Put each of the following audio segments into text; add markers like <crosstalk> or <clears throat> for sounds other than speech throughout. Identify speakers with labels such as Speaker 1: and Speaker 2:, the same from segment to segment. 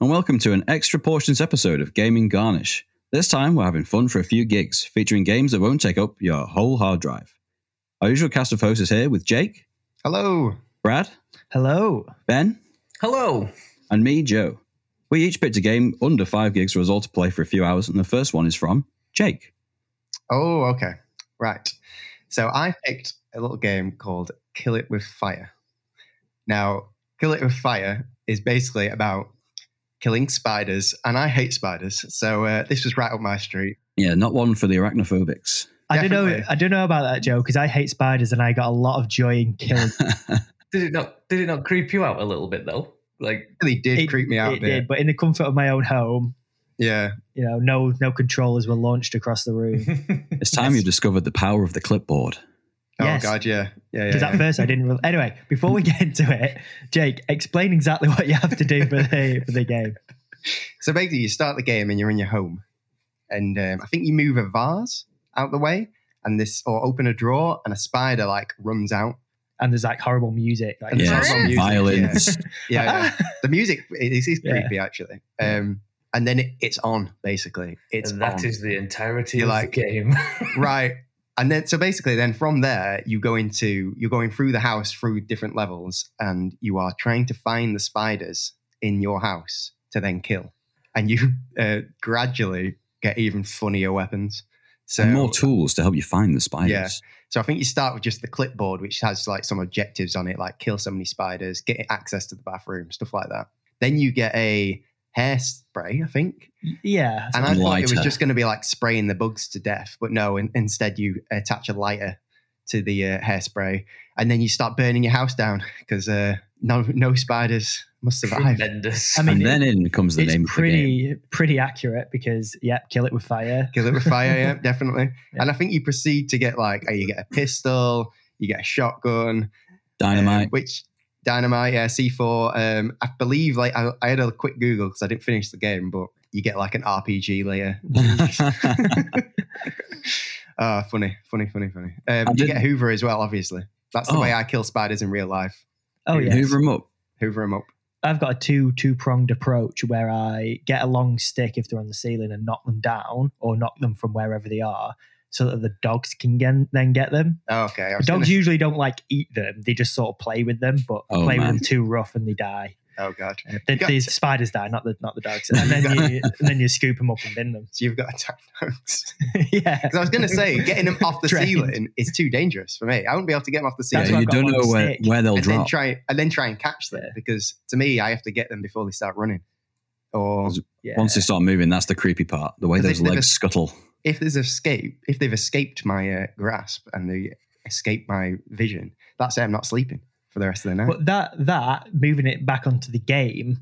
Speaker 1: welcome to an extra portions episode of Gaming Garnish. This time we're having fun for a few gigs, featuring games that won't take up your whole hard drive. Our usual cast of hosts is here with Jake,
Speaker 2: Hello.
Speaker 1: Brad,
Speaker 3: Hello.
Speaker 1: Ben,
Speaker 4: Hello.
Speaker 1: and me, Joe. We each picked a game under five gigs for us all to play for a few hours, and the first one is from Jake.
Speaker 2: Oh, okay. Right. So I picked a little game called Kill It With Fire. Now, Kill It With Fire is basically about killing spiders, and I hate spiders. So uh, this was right up my street.
Speaker 1: Yeah, not one for the arachnophobics.
Speaker 3: I don't know.
Speaker 2: Definitely.
Speaker 3: I don't know about that, Joe, because I hate spiders and I got a lot of joy in killing.
Speaker 4: Did it not did it not creep you out a little bit though? Like
Speaker 2: <laughs> It really did
Speaker 3: It-
Speaker 2: creep me out a
Speaker 3: it
Speaker 2: bit.
Speaker 3: did, but in the comfort of my own home,
Speaker 2: Yeah.
Speaker 3: you know, no no controllers were launched across the
Speaker 2: <laughs>
Speaker 3: room.
Speaker 1: It's time you discovered the power of the clipboard.
Speaker 2: Oh,
Speaker 3: Yes.
Speaker 2: God, yeah. Yeah, yeah.
Speaker 3: Because
Speaker 2: yeah.
Speaker 3: at first I didn't. Really, anyway, before we get into it, Jake, explain exactly what you have to do for the for the game.
Speaker 2: So basically, you start the game and you're in your home, and um, I think you move a vase out the way, and this or open a drawer, and a spider like runs out.
Speaker 3: And there's like horrible music. Like,
Speaker 2: And
Speaker 1: Yeah,
Speaker 2: there's also music, yeah.
Speaker 1: violence.
Speaker 2: Yeah, <laughs> yeah. the music is, is
Speaker 3: Yeah.
Speaker 2: creepy actually. Um, and then it, it's on basically. It's
Speaker 4: and that
Speaker 2: on.
Speaker 4: is the entirety
Speaker 2: You
Speaker 4: of
Speaker 2: like-
Speaker 4: the game.
Speaker 2: <laughs>
Speaker 4: <laughs>
Speaker 2: right. And then so basically, then from there you go into you're going through the house through different levels, and you are trying to find the spiders in your house to then kill, and you <laughs> uh, gradually get even funnier weapons. So
Speaker 1: and more tools to help you find the spiders.
Speaker 2: Yeah. So I think you start with just the clipboard, which has like some objectives on it, like kill so many spiders, get access to the bathroom, stuff like that. Then you get a hairspray, I think.
Speaker 3: <laughs> yeah.
Speaker 2: And I thought it was
Speaker 1: Lighter.
Speaker 2: just going to be like spraying the bugs to death, but no. In, instead, you attach a lighter to the uh, hairspray, and then you start burning your house down because uh, no, no spiders
Speaker 4: <laughs>
Speaker 2: must survive.
Speaker 4: Tremendous.
Speaker 3: I mean,
Speaker 1: and then in comes the
Speaker 3: it's
Speaker 1: name of the game.
Speaker 3: pretty pretty accurate because yep, kill it with fire.
Speaker 2: Kill it with fire, yeah, definitely.
Speaker 3: Yeah.
Speaker 2: And I think you proceed to get like uh, you get a pistol, you get a shotgun,
Speaker 1: Dynamite.
Speaker 2: um, which dynamite, yeah, C4. Um, I believe like I, I had a quick Google because I didn't finish the game, but you get like an RPG later. Ah, funny, funny, funny, funny. Um, you
Speaker 1: didn't-
Speaker 2: get Hoover as well, obviously. That's the
Speaker 1: Oh.
Speaker 2: way I kill spiders in real life.
Speaker 3: Oh
Speaker 2: Dude,
Speaker 3: yeah.
Speaker 1: Hoover 'em up.
Speaker 2: Hoover them up.
Speaker 3: I've got a two two pronged approach where I get a long stick if they're on the ceiling and knock them down or knock them from wherever they are so that the dogs can gen- then get them.
Speaker 2: Oh, okay. I was
Speaker 3: Dogs
Speaker 2: gonna-
Speaker 3: usually don't like eat them; they just sort of play with them, but
Speaker 1: Oh,
Speaker 3: play
Speaker 1: man.
Speaker 3: with them too rough and they die. Uh,
Speaker 2: oh god.
Speaker 3: The,
Speaker 2: You got-
Speaker 3: the spiders die, not the not
Speaker 2: <laughs>
Speaker 3: the dogs. And then you and then you scoop them up and bin them. <laughs>
Speaker 2: So you've got <laughs> attack dogs.
Speaker 3: yeah,
Speaker 2: Because I was going to
Speaker 3: <laughs>
Speaker 2: say, getting them off the
Speaker 3: Trained.
Speaker 2: ceiling is too dangerous for me. I wouldn't be able to get them off the
Speaker 1: Yeah,
Speaker 2: ceiling.
Speaker 3: That's why
Speaker 1: you don't
Speaker 3: I've got one
Speaker 1: know where,
Speaker 3: stick.
Speaker 1: where they'll
Speaker 2: and then
Speaker 1: drop.
Speaker 2: try and then try and catch them
Speaker 3: Yeah.
Speaker 2: because to me, I have to get them before they start running. Or
Speaker 3: yeah.
Speaker 1: Once they start moving, that's the creepy part. The way
Speaker 2: 'Cause
Speaker 1: those
Speaker 2: if they've
Speaker 1: legs
Speaker 2: es-
Speaker 1: scuttle.
Speaker 2: if there's escape, if they've escaped my uh, grasp and they escape my vision, that's it. I'm not sleeping for the rest of the night.
Speaker 3: But that that moving it back onto the game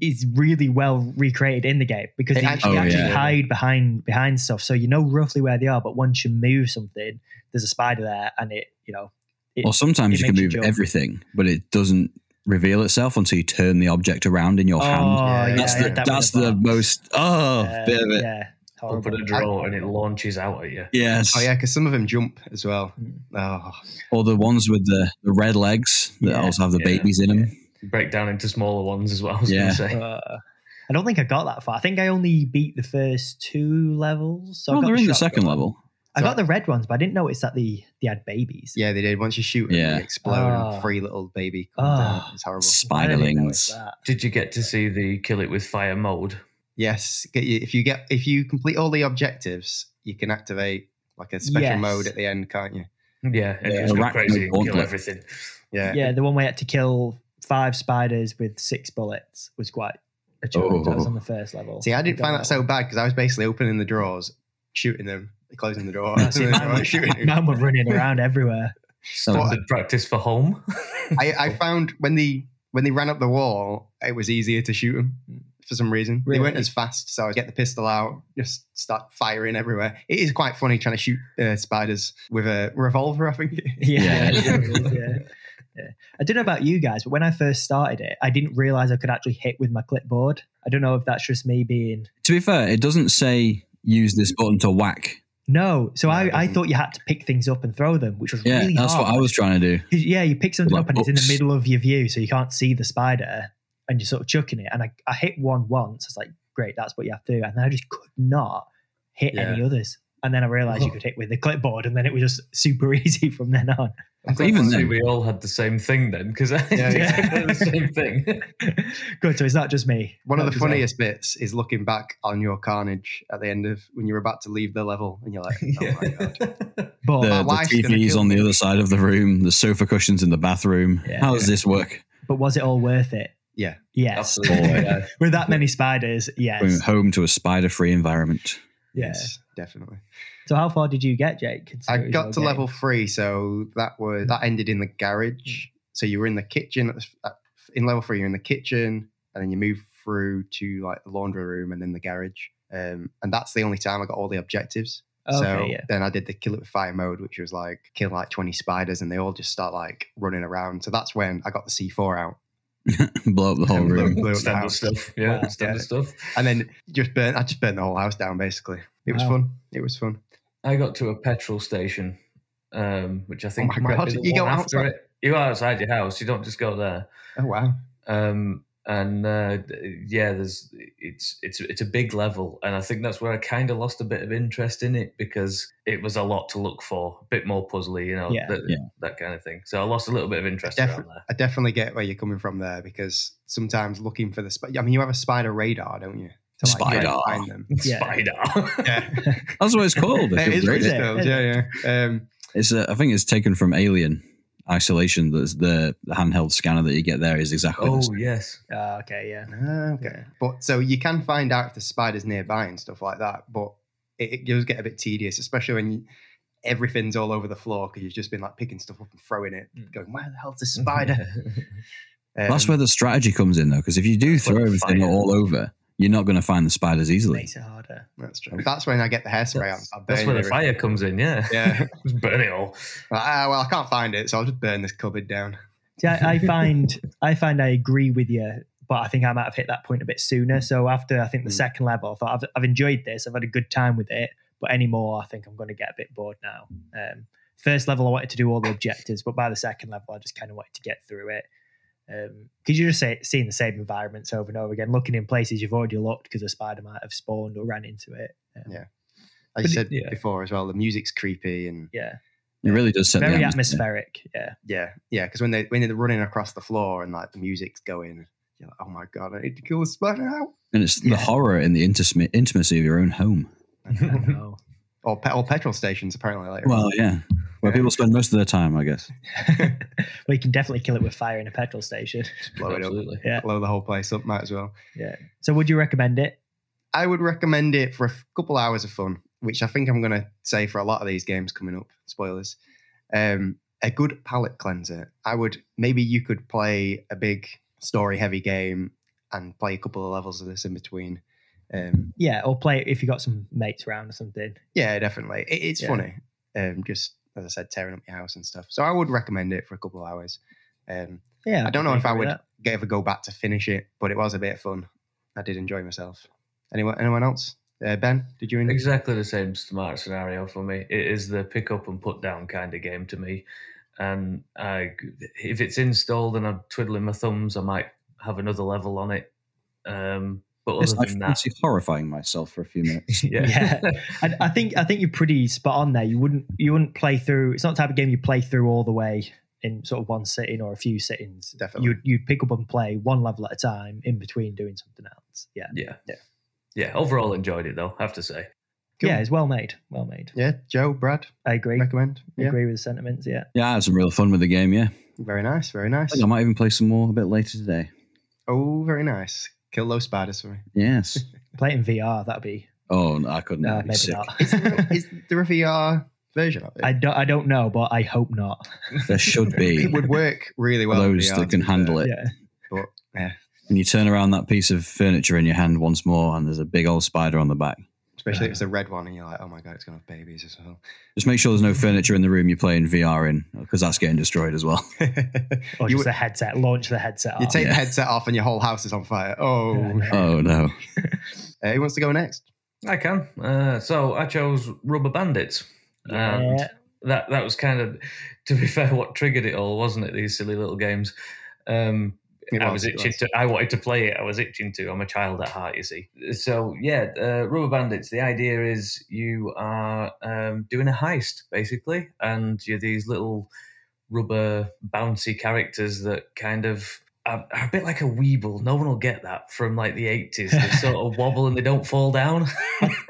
Speaker 3: is really well recreated in the game because
Speaker 2: It
Speaker 3: you you
Speaker 2: actually-
Speaker 3: actually,
Speaker 1: Oh, yeah.
Speaker 3: hide behind behind stuff, so you know roughly where they are. But once you move something, there's a spider there, and it you know it-
Speaker 1: Or sometimes
Speaker 3: it
Speaker 1: you can
Speaker 3: makes you
Speaker 1: move
Speaker 3: jump.
Speaker 1: everything, but it doesn't reveal itself until you turn the object around in your Oh,
Speaker 3: Oh,
Speaker 1: hand.
Speaker 2: Yeah,
Speaker 1: That's
Speaker 2: yeah,
Speaker 1: the,
Speaker 2: that
Speaker 1: that's
Speaker 3: would
Speaker 1: the
Speaker 3: have-
Speaker 1: most oh
Speaker 3: uh,
Speaker 1: bit of it.
Speaker 3: Yeah, horrible.
Speaker 4: Open a drawer and it launches out at you.
Speaker 1: Yes.
Speaker 2: oh yeah, because some of them jump as well.
Speaker 3: Mm.
Speaker 2: Oh,
Speaker 1: Or the ones with the, the red legs that
Speaker 3: Yeah.
Speaker 1: also have the
Speaker 4: Yeah.
Speaker 1: babies in them.
Speaker 4: Break down into smaller ones as well. I was
Speaker 1: Yeah.
Speaker 4: gonna say.
Speaker 3: Uh, I don't think I got that far. I think I only beat the first two levels. So I
Speaker 1: oh,
Speaker 3: got
Speaker 1: they're in the
Speaker 3: shotgun.
Speaker 1: second level.
Speaker 3: I got the red ones, but I didn't notice that the they had babies.
Speaker 2: yeah, they did. Once you shoot, them,
Speaker 1: Yeah.
Speaker 2: they explode
Speaker 3: Ah.
Speaker 2: and free little baby. comes
Speaker 3: Ah.
Speaker 2: out. It's horrible.
Speaker 3: I didn't
Speaker 1: Spiderlings.
Speaker 3: notice that.
Speaker 4: Did you get to see the kill it with fire mode?
Speaker 2: Yes, get you- if you get if you complete all the objectives, you can activate like a special
Speaker 3: Yes.
Speaker 2: mode at the end, can't you?
Speaker 4: Yeah, and
Speaker 2: Yeah.
Speaker 4: it was
Speaker 1: Arachno
Speaker 4: go crazy and kill
Speaker 1: gauntlet.
Speaker 4: everything.
Speaker 2: <laughs> Yeah.
Speaker 3: yeah, the one we had to kill five spiders with six bullets was quite a challenge. That was on the first level.
Speaker 2: See, I didn't
Speaker 3: We got
Speaker 2: find that so bad because I was basically opening the drawers, shooting them, closing the door, <laughs>
Speaker 3: one. No, see,
Speaker 2: opening the
Speaker 3: mine,
Speaker 2: drawer,
Speaker 3: was,
Speaker 2: shooting them.
Speaker 3: mine were running around everywhere. <laughs>
Speaker 1: So,
Speaker 4: Standard practice for home.
Speaker 2: I, I found when they when they ran up the wall, it was easier to shoot them for some reason. They weren't
Speaker 3: Really?
Speaker 2: as fast, so I get the pistol out, just start firing everywhere. It is quite funny trying to shoot uh, spiders with a revolver. I think.
Speaker 3: Yeah.
Speaker 4: Yeah.
Speaker 3: <laughs> yeah. Yeah. I don't know about you guys, but when I first started it, I didn't realize I could actually hit with my clipboard. I don't know if that's just me being
Speaker 1: to be fair, it doesn't say use this button to whack.
Speaker 3: No, so
Speaker 2: No, it
Speaker 3: I, I
Speaker 2: doesn't.
Speaker 3: thought you had to pick things up and throw them, which was
Speaker 1: Yeah,
Speaker 3: really
Speaker 1: that's
Speaker 3: hard.
Speaker 1: what I was trying to do.
Speaker 3: Yeah, you pick something
Speaker 1: Like
Speaker 3: up and it's in
Speaker 1: books.
Speaker 3: the middle of your view, so you can't see the spider. and you're sort of chucking it. And I, I hit one once. I was like, great, that's what you have to do. And then I just could not hit
Speaker 4: Yeah.
Speaker 3: any others. And then I realized
Speaker 1: Oh.
Speaker 3: you could hit with the clipboard, and then it was just super <laughs> easy from then on.
Speaker 4: I'm <laughs>
Speaker 1: But even
Speaker 4: glad to see
Speaker 1: then-
Speaker 4: we all had the same thing then, because I <laughs>
Speaker 2: Yeah,
Speaker 3: yeah.
Speaker 4: exactly the same
Speaker 2: <laughs>
Speaker 4: thing.
Speaker 3: Good. So it's not just me.
Speaker 2: One of
Speaker 3: Not
Speaker 2: the
Speaker 3: just I.
Speaker 2: funniest bits is looking back on your carnage at the end of when you're about to leave the level and you're
Speaker 3: <laughs>
Speaker 2: like, oh my God.
Speaker 3: But
Speaker 1: the,
Speaker 2: my
Speaker 1: the
Speaker 2: wife's gonna
Speaker 1: TV's
Speaker 2: kill
Speaker 1: on the
Speaker 2: me.
Speaker 1: other side of the room, the sofa cushions in the bathroom.
Speaker 3: Yeah.
Speaker 1: How does this work?
Speaker 3: but was it all worth it?
Speaker 2: Yeah.
Speaker 3: Yes.
Speaker 4: Absolutely. <laughs> yeah.
Speaker 3: <laughs> With that many spiders,
Speaker 1: Going
Speaker 3: yes.
Speaker 1: home to a spider free environment. <laughs>
Speaker 3: Yeah.
Speaker 2: Yes, definitely.
Speaker 3: So how far did you get, Jake?
Speaker 2: I
Speaker 3: considering it was
Speaker 2: got
Speaker 3: your
Speaker 2: to
Speaker 3: game? Mm.
Speaker 2: level three, so that was that ended in the garage. So you were in the kitchen at the, f- at- in level three. You're in the kitchen, and then you move through to like the laundry room, and then the garage. Um, and that's the only time I got all the objectives.
Speaker 3: Okay,
Speaker 2: so
Speaker 3: yeah.
Speaker 2: then I did the kill it with fire mode, which was like kill like twenty spiders, and they all just start like running around. So that's when I got the C four out,
Speaker 1: Blow up the whole
Speaker 2: And blow-
Speaker 1: room.
Speaker 2: blow up the
Speaker 4: Standard
Speaker 2: house.
Speaker 4: stuff. Yeah,
Speaker 3: Wow.
Speaker 4: standard
Speaker 2: Yeah.
Speaker 4: stuff.
Speaker 2: and then just burnt. I just burnt the whole house down. Basically, it was
Speaker 3: Wow.
Speaker 2: fun. It was fun.
Speaker 4: I got to a petrol station, um, which I
Speaker 2: Oh my
Speaker 4: think might
Speaker 2: God,
Speaker 4: be the
Speaker 2: you
Speaker 4: one
Speaker 2: go
Speaker 4: after
Speaker 2: outside-
Speaker 4: it. You go outside your house. You don't just go there.
Speaker 2: Oh wow!
Speaker 4: Um, and uh, d- yeah, there's it's it's it's a big level, and I think that's where I kind of lost a bit of interest in it because it was a lot to look for, a bit more puzzly, you know,
Speaker 3: Yeah.
Speaker 4: that,
Speaker 1: Yeah.
Speaker 4: that kind of thing. So I lost a little bit of interest
Speaker 2: Defi-
Speaker 4: around there. <laughs>
Speaker 2: I definitely get where you're coming from there because sometimes looking for the spider. I mean, you have a spider radar, don't you? To like, try and
Speaker 1: Spider.
Speaker 2: find them.
Speaker 3: Yeah.
Speaker 4: Spider.
Speaker 2: Yeah,
Speaker 1: That's what it's
Speaker 2: <laughs>
Speaker 1: called.
Speaker 2: That
Speaker 1: It's,
Speaker 2: is what
Speaker 1: great.
Speaker 2: it's
Speaker 3: Yeah.
Speaker 2: called, Yeah, yeah. Um,
Speaker 1: it's uh, I think it's taken from Alien Isolation. That's the, the handheld scanner that you get there is exactly
Speaker 4: <laughs> oh
Speaker 1: this.
Speaker 4: yes.
Speaker 3: Ah, okay, yeah.
Speaker 2: ah, okay. But so you can find out if the spider's nearby and stuff like that. But it, it does get a bit tedious, especially when you, everything's all over the floor because you've just been like picking stuff up and throwing it,
Speaker 4: Mm.
Speaker 2: going, "Where the hell's the spider?"
Speaker 4: <laughs>
Speaker 2: Um,
Speaker 1: That's where the strategy comes in, though, because if you do
Speaker 4: That's where
Speaker 1: throw
Speaker 4: the
Speaker 1: everything
Speaker 4: fire-
Speaker 1: all over, you're not going to find the spiders easily.
Speaker 3: Makes it harder.
Speaker 2: that's true. That's when I get the hairspray out.
Speaker 4: that's,
Speaker 2: I burn
Speaker 4: that's where the
Speaker 2: everything.
Speaker 4: fire comes in. Yeah.
Speaker 2: Yeah.
Speaker 4: Just <laughs> burn it all.
Speaker 2: Like, ah, well, I can't find it, so I'll just burn this cupboard down.
Speaker 3: See, I, I find I find I agree with you, but I think I might have hit that point a bit sooner. So after I think the
Speaker 2: Mm.
Speaker 3: second level, I thought I've, I've enjoyed this, I've had a good time with it, but any more, I think I'm going to get a bit bored now. Um, first level, I wanted to do all the objectives, but by the second level, I just kind of wanted to get through it because you're just say, seeing the same environments over and over again, looking in places you've already looked because a spider might have spawned or ran into it. Um,
Speaker 2: Yeah. As
Speaker 3: But
Speaker 2: you
Speaker 3: it-
Speaker 2: said
Speaker 4: yeah.
Speaker 2: before as well, the music's creepy and
Speaker 3: yeah,
Speaker 1: It really does set
Speaker 3: very
Speaker 1: the
Speaker 3: atmospheric. Yeah.
Speaker 2: yeah, yeah. Because when they when they're running across the floor and like the music's going, you're like, oh my god, I need to kill the spider out.
Speaker 1: and it's
Speaker 2: Yeah.
Speaker 1: the horror in the intimacy intimacy of your own home.
Speaker 2: <laughs>
Speaker 3: I <laughs> know.
Speaker 2: or, pe- or petrol stations apparently later.
Speaker 1: Well, yeah, where
Speaker 2: Yeah.
Speaker 1: people spend most of their time, I guess.
Speaker 3: well, you can definitely kill it with fire in a petrol station.
Speaker 2: blow it up,
Speaker 4: Absolutely.
Speaker 3: Yeah.
Speaker 2: blow the whole place up. Might as well.
Speaker 3: So, would you recommend it?
Speaker 2: I would recommend it for a f- couple hours of fun, which I think I'm going to say for a lot of these games coming up. Spoilers. Um, a good palate cleanser. I would maybe you could play a big story heavy game and play a couple of levels of this in between. Um,
Speaker 3: Yeah, or play it if you got some mates around or something.
Speaker 2: Yeah, definitely. It, it's
Speaker 3: Yeah.
Speaker 2: funny. Um, just as I said, tearing up your house and stuff. So I would recommend it for a couple of hours. Um,
Speaker 3: Yeah,
Speaker 2: I don't know if I
Speaker 3: agree with
Speaker 2: would
Speaker 3: that.
Speaker 2: g- ever go back to finish it, but it was a bit of fun. I did enjoy myself. Anyone? Anyone else? Uh, ben, did you? Enjoy-
Speaker 4: Exactly the same smart scenario for me. It is the pick up and put down kind of game to me. And I, if it's installed and I'm twiddling my thumbs, I might have another level on it. Um, but
Speaker 1: Yes,
Speaker 4: other
Speaker 1: I
Speaker 4: than that,
Speaker 1: fancy horrifying myself for a few minutes.
Speaker 4: <laughs> yeah,
Speaker 1: <laughs>
Speaker 3: I, I think I think you're pretty spot on there. You wouldn't you wouldn't play through. It's not the type of game you play through all the way in sort of one sitting or a few sittings.
Speaker 2: Definitely.
Speaker 3: you'd you'd pick up and play one level at a time in between doing something else. Yeah,
Speaker 4: yeah,
Speaker 2: Yeah.
Speaker 4: yeah. Overall, enjoyed it though. I have to say,
Speaker 2: Cool.
Speaker 3: yeah, it's well made. Well made.
Speaker 2: yeah, Joe, Brad,
Speaker 3: I agree.
Speaker 2: recommend. Yeah,
Speaker 3: Agree with the sentiments. Yeah.
Speaker 1: yeah, I had some real fun with the game. Yeah,
Speaker 2: very nice, very nice.
Speaker 1: I think I might even play some more a bit later today.
Speaker 2: Oh, very nice. Kill those spiders for me.
Speaker 1: Yes.
Speaker 3: Play it in VR. That'd be
Speaker 1: Oh, no, I couldn't.
Speaker 3: no,
Speaker 1: That'd be
Speaker 3: maybe
Speaker 1: sick.
Speaker 3: not. <laughs>
Speaker 2: Is there, <laughs> is there a VR version of it?
Speaker 3: I don't I don't know, but I hope not.
Speaker 1: There should be
Speaker 2: <laughs>
Speaker 1: <laughs>
Speaker 2: it would work really
Speaker 1: for
Speaker 2: well. in
Speaker 1: those
Speaker 2: VR,
Speaker 1: that can
Speaker 2: to be fair.
Speaker 1: handle it.
Speaker 3: Yeah.
Speaker 1: And you turn around that piece of furniture in your hand once more, and there's a big old spider on the back.
Speaker 2: especially if
Speaker 4: Yeah.
Speaker 2: it's a red one, and you're like, oh my god, it's gonna have babies as well. <laughs>
Speaker 1: Just make sure there's no furniture in the room you're playing VR in, because that's getting destroyed as well.
Speaker 3: Or
Speaker 2: you,
Speaker 3: just the headset. Launch the headset.
Speaker 2: you
Speaker 3: up.
Speaker 2: take
Speaker 1: yeah.
Speaker 2: the headset off and your whole house is on fire.
Speaker 3: Yeah, I
Speaker 2: Oh,
Speaker 3: know.
Speaker 1: Oh no!
Speaker 2: uh, who wants to go next?
Speaker 4: I can. Uh, so I chose Rubber Bandits. And
Speaker 3: Yeah.
Speaker 4: that <laughs> that was kind of to be fair what triggered it all wasn't it these silly little games um
Speaker 2: It
Speaker 4: I was
Speaker 2: it
Speaker 4: itching to. I wanted to play it. I was itching to. I'm a child at heart, you see. So yeah, uh, Rubber Bandits. The idea is you are um, doing a heist basically, and you're these little rubber bouncy characters that kind of are, are a bit like a weeble. No one will get that from like the 80s. They sort of wobble and they don't fall down.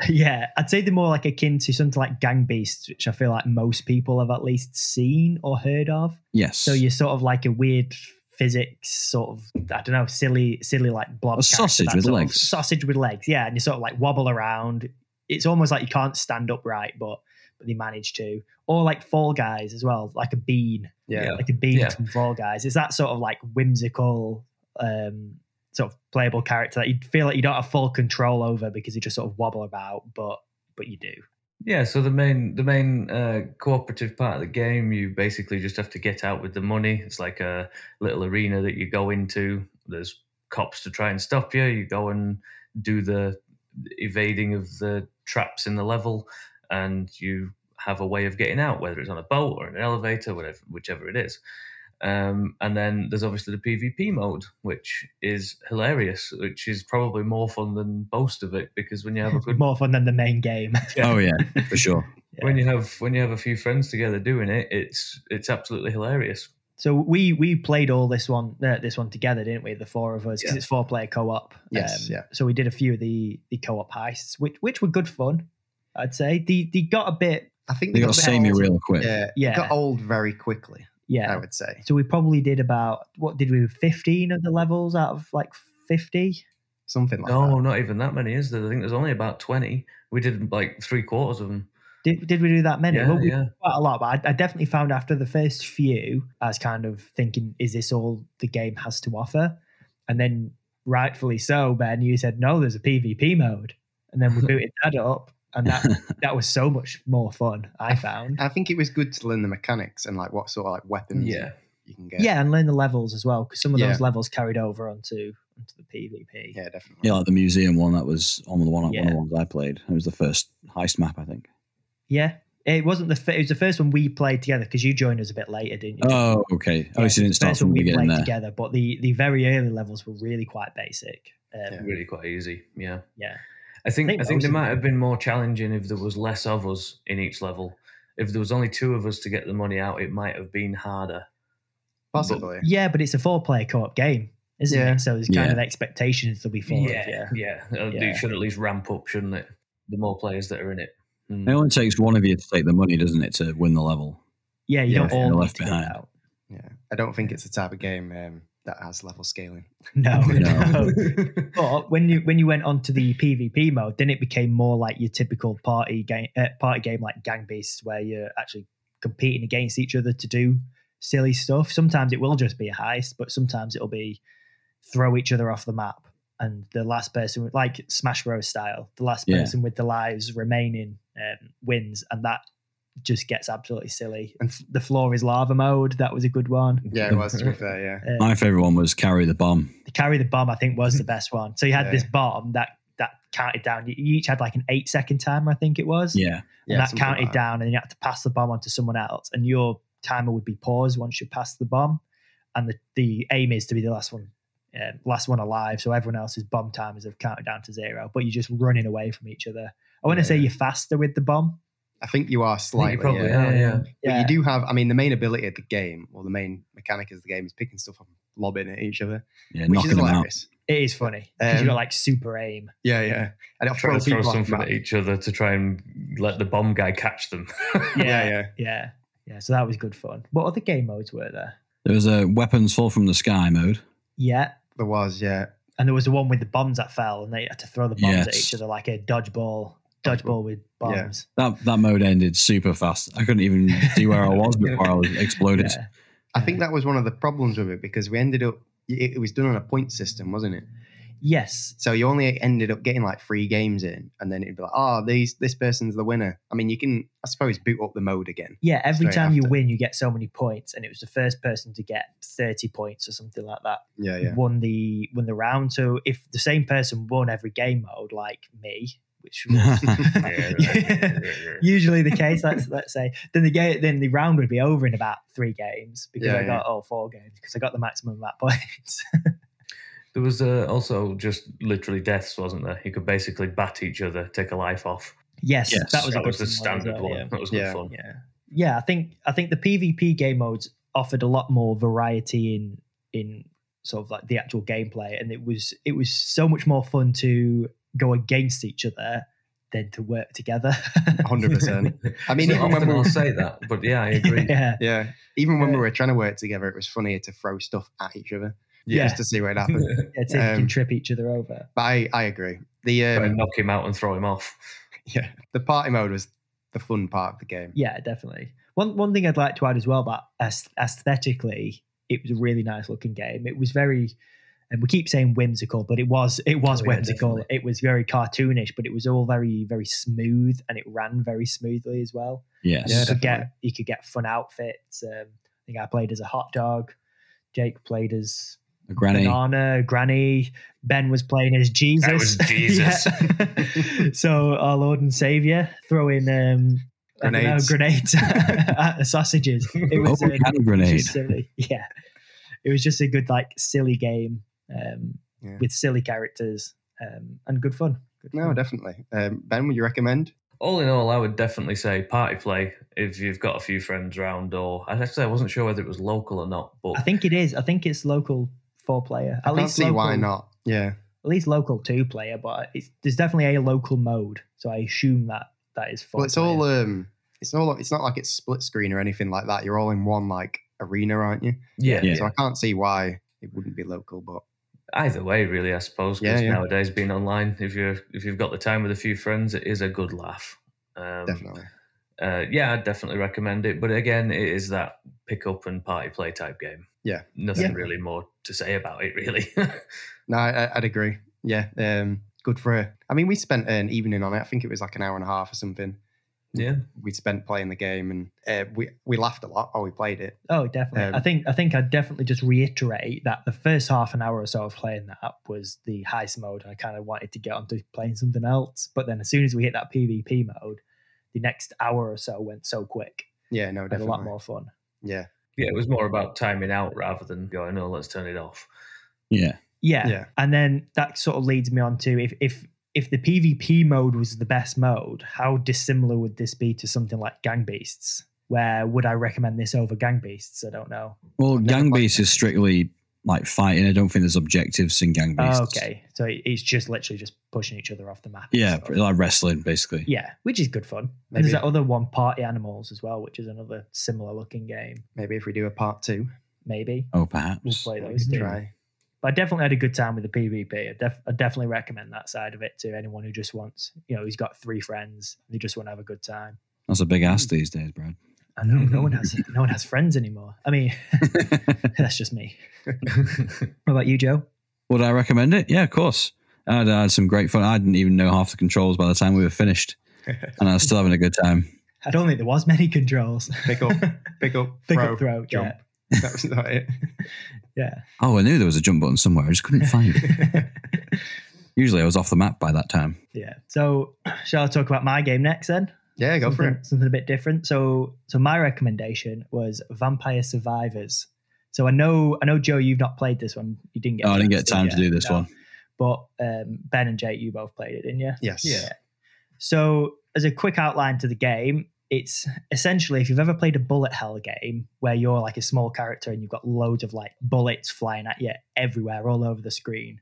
Speaker 3: yeah, I'd say they're more like akin to something like Gang Beasts, which I feel like most people have at least seen or heard of.
Speaker 1: Yes.
Speaker 3: So you're sort of like a weird physics sort of I don't know, silly, silly like blob.
Speaker 1: A
Speaker 3: character,
Speaker 1: sausage
Speaker 3: that
Speaker 1: with
Speaker 3: sort of-
Speaker 1: legs.
Speaker 3: Sausage with legs, yeah. And you sort of like wobble around. It's almost like you can't stand upright, but but they manage to. Or like Fall Guys as well, like a bean,
Speaker 2: yeah.
Speaker 3: like a bean
Speaker 4: Yeah.
Speaker 3: from Fall Guys. It's that sort of like whimsical. um Sort of playable character that you feel like you don't have full control over because you just sort of wobble about, but but you do.
Speaker 4: Yeah, so the main the main uh, cooperative part of the game, you basically just have to get out with the money. It's like a little arena that you go into. There's cops to try and stop you. You go and do the evading of the traps in the level, and you have a way of getting out, whether it's on a boat or an elevator, whatever, whichever it is. Um, and then there's obviously the PvP mode, which is hilarious, which is probably more fun than most of it because when you have a good
Speaker 3: More fun than the main game. <laughs>
Speaker 1: Oh yeah, for sure.
Speaker 4: when you have when you have a few friends together doing it it's it's absolutely hilarious
Speaker 3: So we we played all this one uh, this one together, didn't we? The four of us because
Speaker 4: Yeah.
Speaker 3: it's four player co op.
Speaker 2: Yes, yeah.
Speaker 3: So we did a few of the the co op heists, which which were good fun. I'd say they they got a bit
Speaker 2: I think
Speaker 1: They got
Speaker 2: a bit
Speaker 1: samey
Speaker 2: old.
Speaker 1: real quick. <laughs>
Speaker 2: Yeah,
Speaker 3: Yeah.
Speaker 2: yeah. Got old very quickly. I
Speaker 3: yeah.
Speaker 2: would say.
Speaker 3: So we probably did about what did we do, fifteen of the levels out of like fifty.
Speaker 2: Something like
Speaker 4: no
Speaker 2: that.
Speaker 4: not even that many is there i think there's only about 20 we did like three quarters of them
Speaker 3: Did, did we do that many?
Speaker 4: yeah
Speaker 3: well, we
Speaker 4: yeah
Speaker 3: quite a lot, but I, I definitely found after the first few, I was kind of thinking, is this all the game has to offer? And then, rightfully so, Ben, you said, no, there's a PvP mode.
Speaker 2: <laughs>
Speaker 3: And then we booted that up, and that, that was so much more fun, I found.
Speaker 2: I think it was good to learn the mechanics and like what sort of like weapons
Speaker 4: yeah
Speaker 2: you can get.
Speaker 3: Yeah, and learn the levels as well, because some of those
Speaker 2: Yeah.
Speaker 3: levels carried over onto, onto the PvP.
Speaker 2: Yeah, definitely.
Speaker 1: Yeah, like the museum one that was on the one one
Speaker 3: Yeah.
Speaker 1: of the ones I played. It was the first heist map, I think.
Speaker 3: Yeah. It wasn't the f- it was the first one we played together because you joined us a bit later, didn't you?
Speaker 1: Oh, okay. Oh,
Speaker 3: Yeah,
Speaker 1: so you didn't
Speaker 3: the
Speaker 1: start
Speaker 3: first
Speaker 1: from
Speaker 3: one
Speaker 1: the
Speaker 3: we
Speaker 1: beginning
Speaker 3: played
Speaker 1: there.
Speaker 3: together, but the the very early levels were really quite basic. Um,
Speaker 2: Yeah.
Speaker 4: really quite easy yeah
Speaker 3: yeah.
Speaker 4: i think i
Speaker 3: think
Speaker 4: think,
Speaker 3: most
Speaker 4: they
Speaker 3: of
Speaker 4: might
Speaker 3: them-
Speaker 4: have been more challenging if there was less of us in each level if there was only two of us to get the money out it might have been harder
Speaker 2: Possibly.
Speaker 3: Yeah, but it's a four player co op game, isn't
Speaker 2: Yeah.
Speaker 3: it? So there's kind
Speaker 1: Yeah.
Speaker 3: of expectations there'll be four. Yeah.
Speaker 4: yeah Uh,
Speaker 3: Yeah.
Speaker 4: it should at least ramp up shouldn't it the more players that are in it Hmm.
Speaker 1: It only takes one of you to take the money, doesn't it, to win the level?
Speaker 3: Yeah, you
Speaker 2: Yeah,
Speaker 3: don't
Speaker 1: yeah,
Speaker 3: all need
Speaker 1: left
Speaker 3: to get
Speaker 1: behind.
Speaker 3: out. <laughs>
Speaker 2: Yeah. I don't think it's the type of game um, that has level scaling.
Speaker 3: No,
Speaker 1: No.
Speaker 2: <laughs>
Speaker 3: no. <laughs> But when you when you went on to the PvP mode, then it became more like your typical party game, uh, party game like Gang Beasts, where you're actually competing against each other to do silly stuff. Sometimes it will just be a heist, but sometimes it'll be throw each other off the map, and the last person, like Smash Bros style, the last
Speaker 1: Yeah.
Speaker 3: person with the lives remaining um, wins, and that just gets absolutely silly. And f- the floor is lava mode. That was a good one.
Speaker 2: Yeah, it was to be fair, yeah.
Speaker 3: Um,
Speaker 1: My favorite one was carry the bomb.
Speaker 3: the carry the bomb, I think,
Speaker 2: <laughs>
Speaker 3: was the best one. So you had
Speaker 2: Yeah.
Speaker 3: this bomb that that counted down. You, you each had like an eight second timer, I think it was.
Speaker 1: Yeah,
Speaker 2: yeah
Speaker 3: and that
Speaker 2: something like
Speaker 3: counted down, and you had to pass the bomb on to someone else, and your timer would be paused once you passed the bomb. And the, the aim is to be the last one, uh, last one alive. So everyone else's bomb timers have counted down to zero, but you're just running away from each other. I want to
Speaker 2: Yeah,
Speaker 3: say
Speaker 2: yeah.
Speaker 3: you're faster with the bomb.
Speaker 2: I think you are
Speaker 4: I think
Speaker 2: slightly.
Speaker 4: you probably
Speaker 2: yeah.
Speaker 4: are, yeah.
Speaker 2: But you do have, I mean, the main ability of the game, or the main mechanic of the game, is picking stuff up and lobbing at each other,
Speaker 1: yeah,
Speaker 2: which is
Speaker 1: knocking them out.
Speaker 2: hilarious.
Speaker 3: It is funny because
Speaker 2: Um,
Speaker 3: you got like super aim.
Speaker 2: Yeah, yeah. And it'll throw
Speaker 4: trying to throw
Speaker 2: people off the
Speaker 4: something
Speaker 2: map.
Speaker 4: at each other to try and let the bomb guy catch them.
Speaker 2: <laughs> Yeah, yeah.
Speaker 3: yeah, yeah. So that was good fun. What other game modes were there?
Speaker 1: There was a weapons fall from the sky mode.
Speaker 3: Yeah,
Speaker 2: There was, yeah.
Speaker 3: and there was the one with the bombs that fell, and they had to throw the bombs at
Speaker 1: Yes.
Speaker 3: each other like a dodgeball, dodgeball with
Speaker 2: Yeah.
Speaker 3: bombs.
Speaker 1: That that mode ended super fast. I couldn't even see where I
Speaker 3: <laughs>
Speaker 1: was before I
Speaker 2: <laughs>
Speaker 1: was exploded.
Speaker 3: Yeah.
Speaker 2: I think that was one of the problems with it because we ended up, it, it was done on a point system, wasn't it?
Speaker 3: Yes,
Speaker 2: So you only ended up getting like three games in, and then it'd be like, oh, these this person's the winner. I mean, you can, I suppose, boot up the mode again.
Speaker 3: yeah. Every
Speaker 2: Straight
Speaker 3: time you
Speaker 2: after.
Speaker 3: win, you get so many points, and it was the first person to get thirty points or something like that
Speaker 2: Yeah, yeah,
Speaker 3: won the won the round. So if the same person won every game mode, like me, which was
Speaker 4: Yeah, yeah, yeah, yeah.
Speaker 3: usually the case. Let's let's say then the game, then the round would be over in about three games because
Speaker 2: Yeah,
Speaker 3: I
Speaker 2: yeah.
Speaker 3: got oh four games because I got the maximum map points.
Speaker 4: <laughs>
Speaker 3: <laughs>
Speaker 4: There was uh, also just literally deaths, wasn't there? You could basically bat each other, take a life off.
Speaker 3: yes,
Speaker 1: Yes,
Speaker 3: that was a
Speaker 4: that
Speaker 3: good
Speaker 4: was the
Speaker 3: one as
Speaker 4: standard
Speaker 3: well,
Speaker 4: one.
Speaker 3: yeah.
Speaker 4: That was good
Speaker 2: Yeah.
Speaker 4: fun.
Speaker 3: Yeah, yeah. I think I think the PvP game modes offered a lot more variety in in sort of like the actual gameplay, and it was it was so much more fun to go against each other than to work together. <laughs>
Speaker 2: 100%.
Speaker 4: <laughs>
Speaker 2: I mean, even
Speaker 4: It's not
Speaker 2: when
Speaker 4: often
Speaker 2: we
Speaker 4: I'll
Speaker 2: were, <laughs>
Speaker 4: say that, but yeah, I
Speaker 3: <laughs>
Speaker 4: agree. <laughs>
Speaker 3: yeah,
Speaker 2: yeah, even when we
Speaker 3: Yeah.
Speaker 2: were trying to work together, it was funnier to throw stuff at each other
Speaker 3: Yeah.
Speaker 2: just to see what
Speaker 3: <laughs>
Speaker 2: happened.
Speaker 3: yeah to can
Speaker 2: Um,
Speaker 3: trip each other over.
Speaker 2: but I, I agree. The
Speaker 4: Better
Speaker 2: um,
Speaker 4: knock him out and throw him off.
Speaker 2: yeah, the party mode was the fun part of the game.
Speaker 3: Yeah, definitely. One one thing I'd like to add as well that aes- aesthetically, it was a really nice looking game. It was very, and we keep saying whimsical, but it was it was
Speaker 4: Oh, yeah,
Speaker 3: whimsical.
Speaker 4: definitely.
Speaker 3: it was very cartoonish, but it was all very very smooth, and it ran very smoothly as well.
Speaker 1: <laughs> Yes.
Speaker 2: Yeah,
Speaker 3: you could
Speaker 2: definitely.
Speaker 3: get you could get fun outfits. Um, I think I played as a hot dog. Jake played as
Speaker 1: A granny.
Speaker 3: banana granny. Ben was playing as Jesus.
Speaker 4: was Jesus.
Speaker 3: <laughs> Yeah. <laughs> so our Lord and Savior throwing um, I don't know,
Speaker 2: Grenades.
Speaker 3: grenades <laughs> at the sausages. It was,
Speaker 1: Open
Speaker 3: um,
Speaker 1: can
Speaker 3: it was
Speaker 1: Oh, grenade.
Speaker 3: just silly. Yeah, it was just a good like silly game um,
Speaker 2: Yeah.
Speaker 3: with silly characters um, and good fun. Good
Speaker 2: No,
Speaker 3: fun.
Speaker 2: definitely. Um, ben, would you recommend?
Speaker 4: All in all, I would definitely say party play if you've got a few friends round, or I'd actually I wasn't sure whether it was local or not, but
Speaker 3: I think it is. I think it's local four player.
Speaker 2: I
Speaker 3: at
Speaker 2: can't
Speaker 3: least
Speaker 2: see why
Speaker 3: local-
Speaker 2: not. Yeah,
Speaker 3: At least local two player, but it's, there's definitely a local mode, so I assume that that is four.
Speaker 2: well, it's
Speaker 3: player.
Speaker 2: all um, it's all it's not like it's split screen or anything like that. You're all in one like arena, aren't you?
Speaker 4: yeah,
Speaker 1: Yeah.
Speaker 2: So I can't see why it wouldn't be local, but
Speaker 4: either way, really, I suppose. Because
Speaker 2: Yeah, yeah.
Speaker 4: nowadays, being online, if you're if you've got the time with a few friends, it is a good laugh. Um,
Speaker 2: definitely.
Speaker 4: uh, yeah, I'd definitely recommend it. But again, it is that pick up and party play type game.
Speaker 2: Yeah.
Speaker 4: nothing
Speaker 3: Yeah.
Speaker 4: really more to say about it, really. <laughs>
Speaker 2: No, I, I'd agree. Yeah, um, good for her. I mean, we spent an evening on it. I think it was like an hour and a half or something.
Speaker 4: yeah,
Speaker 2: We spent playing the game, and uh, we we laughed a lot while we played it.
Speaker 3: Oh, definitely. I
Speaker 2: Um,
Speaker 3: think I think I'd definitely just reiterate that the first half an hour or so of playing that was the heist mode, and I kind of wanted to get onto playing something else. But then as soon as we hit that PvP mode, the next hour or so went so quick.
Speaker 2: Yeah, no,
Speaker 3: I had a
Speaker 2: definitely.
Speaker 3: lot more fun.
Speaker 2: Yeah,
Speaker 4: yeah, it was more about timing out rather than going, "Oh, let's turn it off."
Speaker 1: Yeah.
Speaker 3: Yeah.
Speaker 2: Yeah.
Speaker 3: And then that sort of leads me on to if if if the PvP mode was the best mode, how dissimilar would this be to something like Gang Beasts? Where would I recommend this over Gang Beasts? I don't know.
Speaker 1: Well,
Speaker 2: never
Speaker 1: gang
Speaker 2: played
Speaker 1: beast is strictly like fighting. I don't think there's objectives in gang beasts.
Speaker 3: Oh, okay. So it- it's just literally just pushing each other off the map. and
Speaker 1: Yeah,
Speaker 3: stuff.
Speaker 1: like wrestling basically.
Speaker 3: Yeah, which is good fun. And
Speaker 2: Maybe.
Speaker 3: there's that other one, Party Animals, as well, which is another similar looking game.
Speaker 2: maybe if we do a part two,
Speaker 3: Maybe
Speaker 1: Oh,
Speaker 3: we'll
Speaker 1: perhaps.
Speaker 3: play
Speaker 2: we
Speaker 3: those
Speaker 2: could
Speaker 3: two.
Speaker 2: try.
Speaker 3: But I definitely had a good time with the PvP. I, def- I definitely recommend that side of it to anyone who just wants, you know, who's got three friends, they just want to have a good time.
Speaker 1: That's a big ass
Speaker 2: Hmm.
Speaker 1: these days, Brad.
Speaker 3: I know no one has no one has friends anymore. I mean, <laughs>
Speaker 1: <laughs>
Speaker 3: that's
Speaker 2: <laughs>
Speaker 3: just me. What about you, Joe?
Speaker 1: Would I recommend it? Yeah, of course. I'd had some great fun. I didn't even know half the controls by the time we were finished, and I was still having a good time.
Speaker 3: I don't think there was many controls.
Speaker 2: Pick
Speaker 3: <laughs>
Speaker 2: up, pick up,
Speaker 3: Pick
Speaker 2: throw.
Speaker 3: up, throw,
Speaker 2: jump. <laughs> That was not it.
Speaker 3: Yeah.
Speaker 1: Oh, I knew there was a jump button somewhere. I just couldn't
Speaker 3: <laughs>
Speaker 1: find it.
Speaker 3: yeah.
Speaker 1: Usually, I was off the map by that time.
Speaker 3: yeah. So, <clears throat> shall I talk about my game next then?
Speaker 2: Yeah, go for
Speaker 3: something,
Speaker 2: it.
Speaker 3: something a bit different. So, so my recommendation was Vampire Survivors. So I know, I know, Joe, you've not played this one. You didn't get.
Speaker 1: Oh, I didn't
Speaker 3: a
Speaker 1: get
Speaker 3: chance
Speaker 1: time to do this
Speaker 3: No.
Speaker 1: one.
Speaker 3: But um, Ben and Jake, you both played it, didn't you?
Speaker 2: Yes.
Speaker 4: Yeah.
Speaker 3: So, as a quick outline to the game, it's essentially if you've ever played a bullet hell game where you're like a small character and you've got loads of like bullets flying at you everywhere, all over the screen,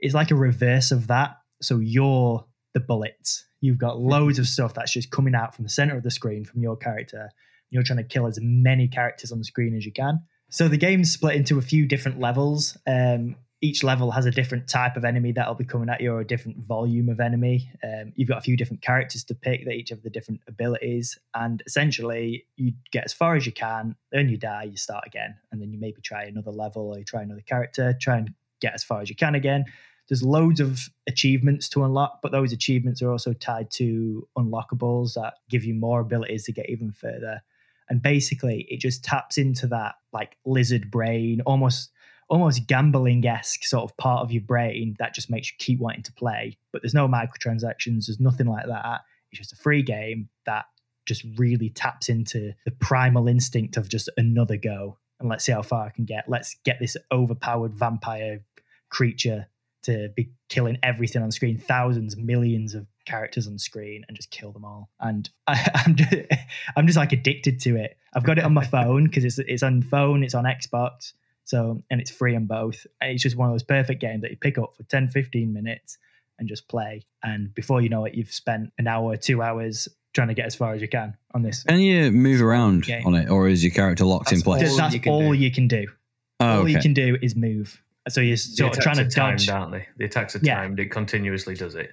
Speaker 3: it's like a reverse of that. So, you're the bullets. You've got loads of stuff that's just coming out from the center of the screen from your character. You're trying to kill as many characters on the screen as you can. So, the game's split into a few different levels. Um, each level has a different type of enemy that'll be coming at you or a different volume of enemy. Um, you've got a few different characters to pick that each have the different abilities. And essentially, you get as far as you can, then you die, you start again. And then you maybe try another level or you try another character, try and get as far as you can again. There's loads of achievements to unlock, but those achievements are also tied to unlockables that give you more abilities to get even further. And basically, it just taps into that like lizard brain, almost almost gambling esque sort of part of your brain that just makes you keep wanting to play. But there's no microtransactions, there's nothing like that. It's just a free game that just really taps into the primal instinct of just another go and let's see how far I can get. Let's get this overpowered vampire creature to be killing everything on screen, thousands, millions of characters on screen, and just kill them all. And <laughs> I, I'm just, I'm just like addicted to it. I've got
Speaker 2: <laughs>
Speaker 3: it on my phone because it's it's on phone, it's on Xbox, so and it's free on both. And it's just one of those perfect games that you pick up for 10, 15 minutes and just play. And before you know it, you've spent an hour, two hours trying to get as far as you can on this.
Speaker 1: Can you move around
Speaker 3: Game.
Speaker 1: on it, or is your character locked in
Speaker 2: That's all
Speaker 1: place?
Speaker 3: That's all,
Speaker 2: you
Speaker 3: you
Speaker 2: can
Speaker 3: can,
Speaker 2: do.
Speaker 3: do.
Speaker 1: Oh,
Speaker 3: All you
Speaker 1: okay.
Speaker 3: can do is move. So you're
Speaker 4: The
Speaker 3: sort of
Speaker 4: attacks
Speaker 3: trying to
Speaker 4: are timed,
Speaker 3: dodge.
Speaker 4: aren't they? The attacks are
Speaker 3: Yeah.
Speaker 4: timed. It continuously does it.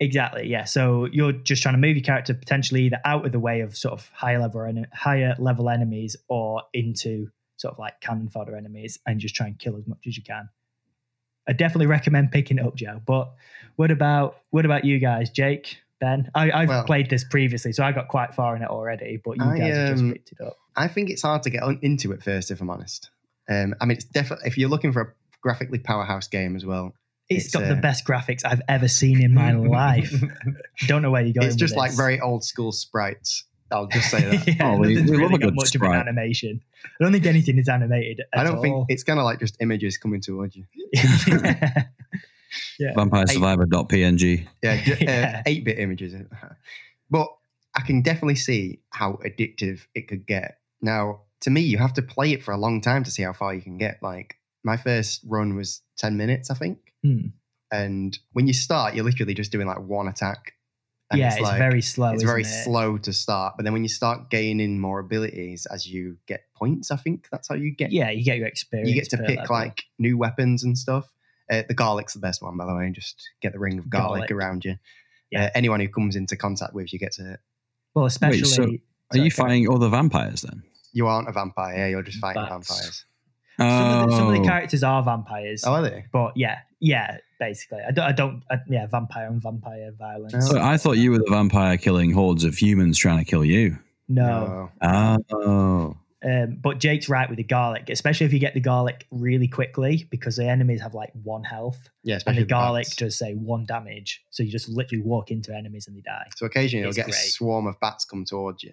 Speaker 3: Exactly. Yeah. So you're just trying to move your character potentially either out of the way of sort of higher level en- higher level enemies or into sort of like cannon fodder enemies and just try and kill as much as you can. I definitely recommend picking it up, Joe. But what about what about you guys, Jake, Ben? I, I've
Speaker 2: Well-
Speaker 3: played this previously, so I got quite far in it already. But you
Speaker 2: I,
Speaker 3: guys have just
Speaker 2: um,
Speaker 3: picked it up.
Speaker 2: I think it's hard to get on, into at first, if I'm honest. Um, I mean, it's definitely if you're looking for a graphically powerhouse game as well.
Speaker 3: it's
Speaker 2: it's,
Speaker 3: got
Speaker 2: uh,
Speaker 3: the best graphics I've ever seen
Speaker 2: <laughs>
Speaker 3: in my life. Don't know where you got.
Speaker 2: it's just like very old school sprites. I'll just
Speaker 3: <laughs>
Speaker 2: say that.
Speaker 3: yeah,
Speaker 1: Oh, we-
Speaker 3: nothing's
Speaker 1: we love
Speaker 3: really
Speaker 1: a
Speaker 3: got
Speaker 1: good
Speaker 3: much of
Speaker 1: sprite.
Speaker 3: an animation. I don't think anything is animated. At
Speaker 2: I don't
Speaker 3: all.
Speaker 2: think
Speaker 3: <laughs>
Speaker 2: <laughs> it's kind of like just images coming towards you.
Speaker 3: yeah.
Speaker 1: Vampire Survivor.png.
Speaker 2: Yeah,
Speaker 3: <laughs>
Speaker 2: ju-
Speaker 3: Yeah.
Speaker 2: Uh, 8-bit images. But I can definitely see how addictive it could get. Now, to me, you have to play it for a long time to see how far you can get. Like my first run was 10 minutes, I think.
Speaker 3: Hmm.
Speaker 2: And when you start, you're literally just doing like one attack. And
Speaker 3: Yeah, it's,
Speaker 2: like-
Speaker 3: very slow.
Speaker 2: it's
Speaker 3: isn't
Speaker 2: very
Speaker 3: it?
Speaker 2: slow to start, but then when you start gaining more abilities as you get points, I think that's how you get.
Speaker 3: Yeah, you get your experience.
Speaker 2: you get to
Speaker 3: per
Speaker 2: pick
Speaker 3: level.
Speaker 2: like new weapons and stuff. Uh, the garlic's the best one, by the way. Just get the ring of garlic,
Speaker 3: Garlic.
Speaker 2: around you.
Speaker 3: Yeah.
Speaker 2: Uh, anyone who comes into contact with you gets a.
Speaker 3: well, especially.
Speaker 1: so Are
Speaker 3: Sorry,
Speaker 1: you
Speaker 3: go on.
Speaker 1: fighting other vampires then?
Speaker 2: You aren't a vampire. Yeah, you're just fighting
Speaker 4: Bats.
Speaker 2: vampires.
Speaker 3: Some, of the, some of
Speaker 1: Oh.
Speaker 3: the characters are vampires,
Speaker 2: Oh, are they?
Speaker 3: but yeah, yeah, basically, I don't, I don't, I, yeah, vampire and vampire violence.
Speaker 2: Oh.
Speaker 1: So I thought you were the vampire killing hordes of humans trying to kill you.
Speaker 3: no,
Speaker 1: Oh.
Speaker 3: Um, but Jake's right with the garlic, especially if you get the garlic really quickly, because the enemies have like one health,
Speaker 2: Yeah,
Speaker 3: and
Speaker 2: especially
Speaker 3: the garlic
Speaker 2: bats.
Speaker 3: does say one damage. So you just literally walk into enemies and they die.
Speaker 2: So occasionally you'll
Speaker 3: is
Speaker 2: get a
Speaker 3: great.
Speaker 2: swarm of bats come towards you.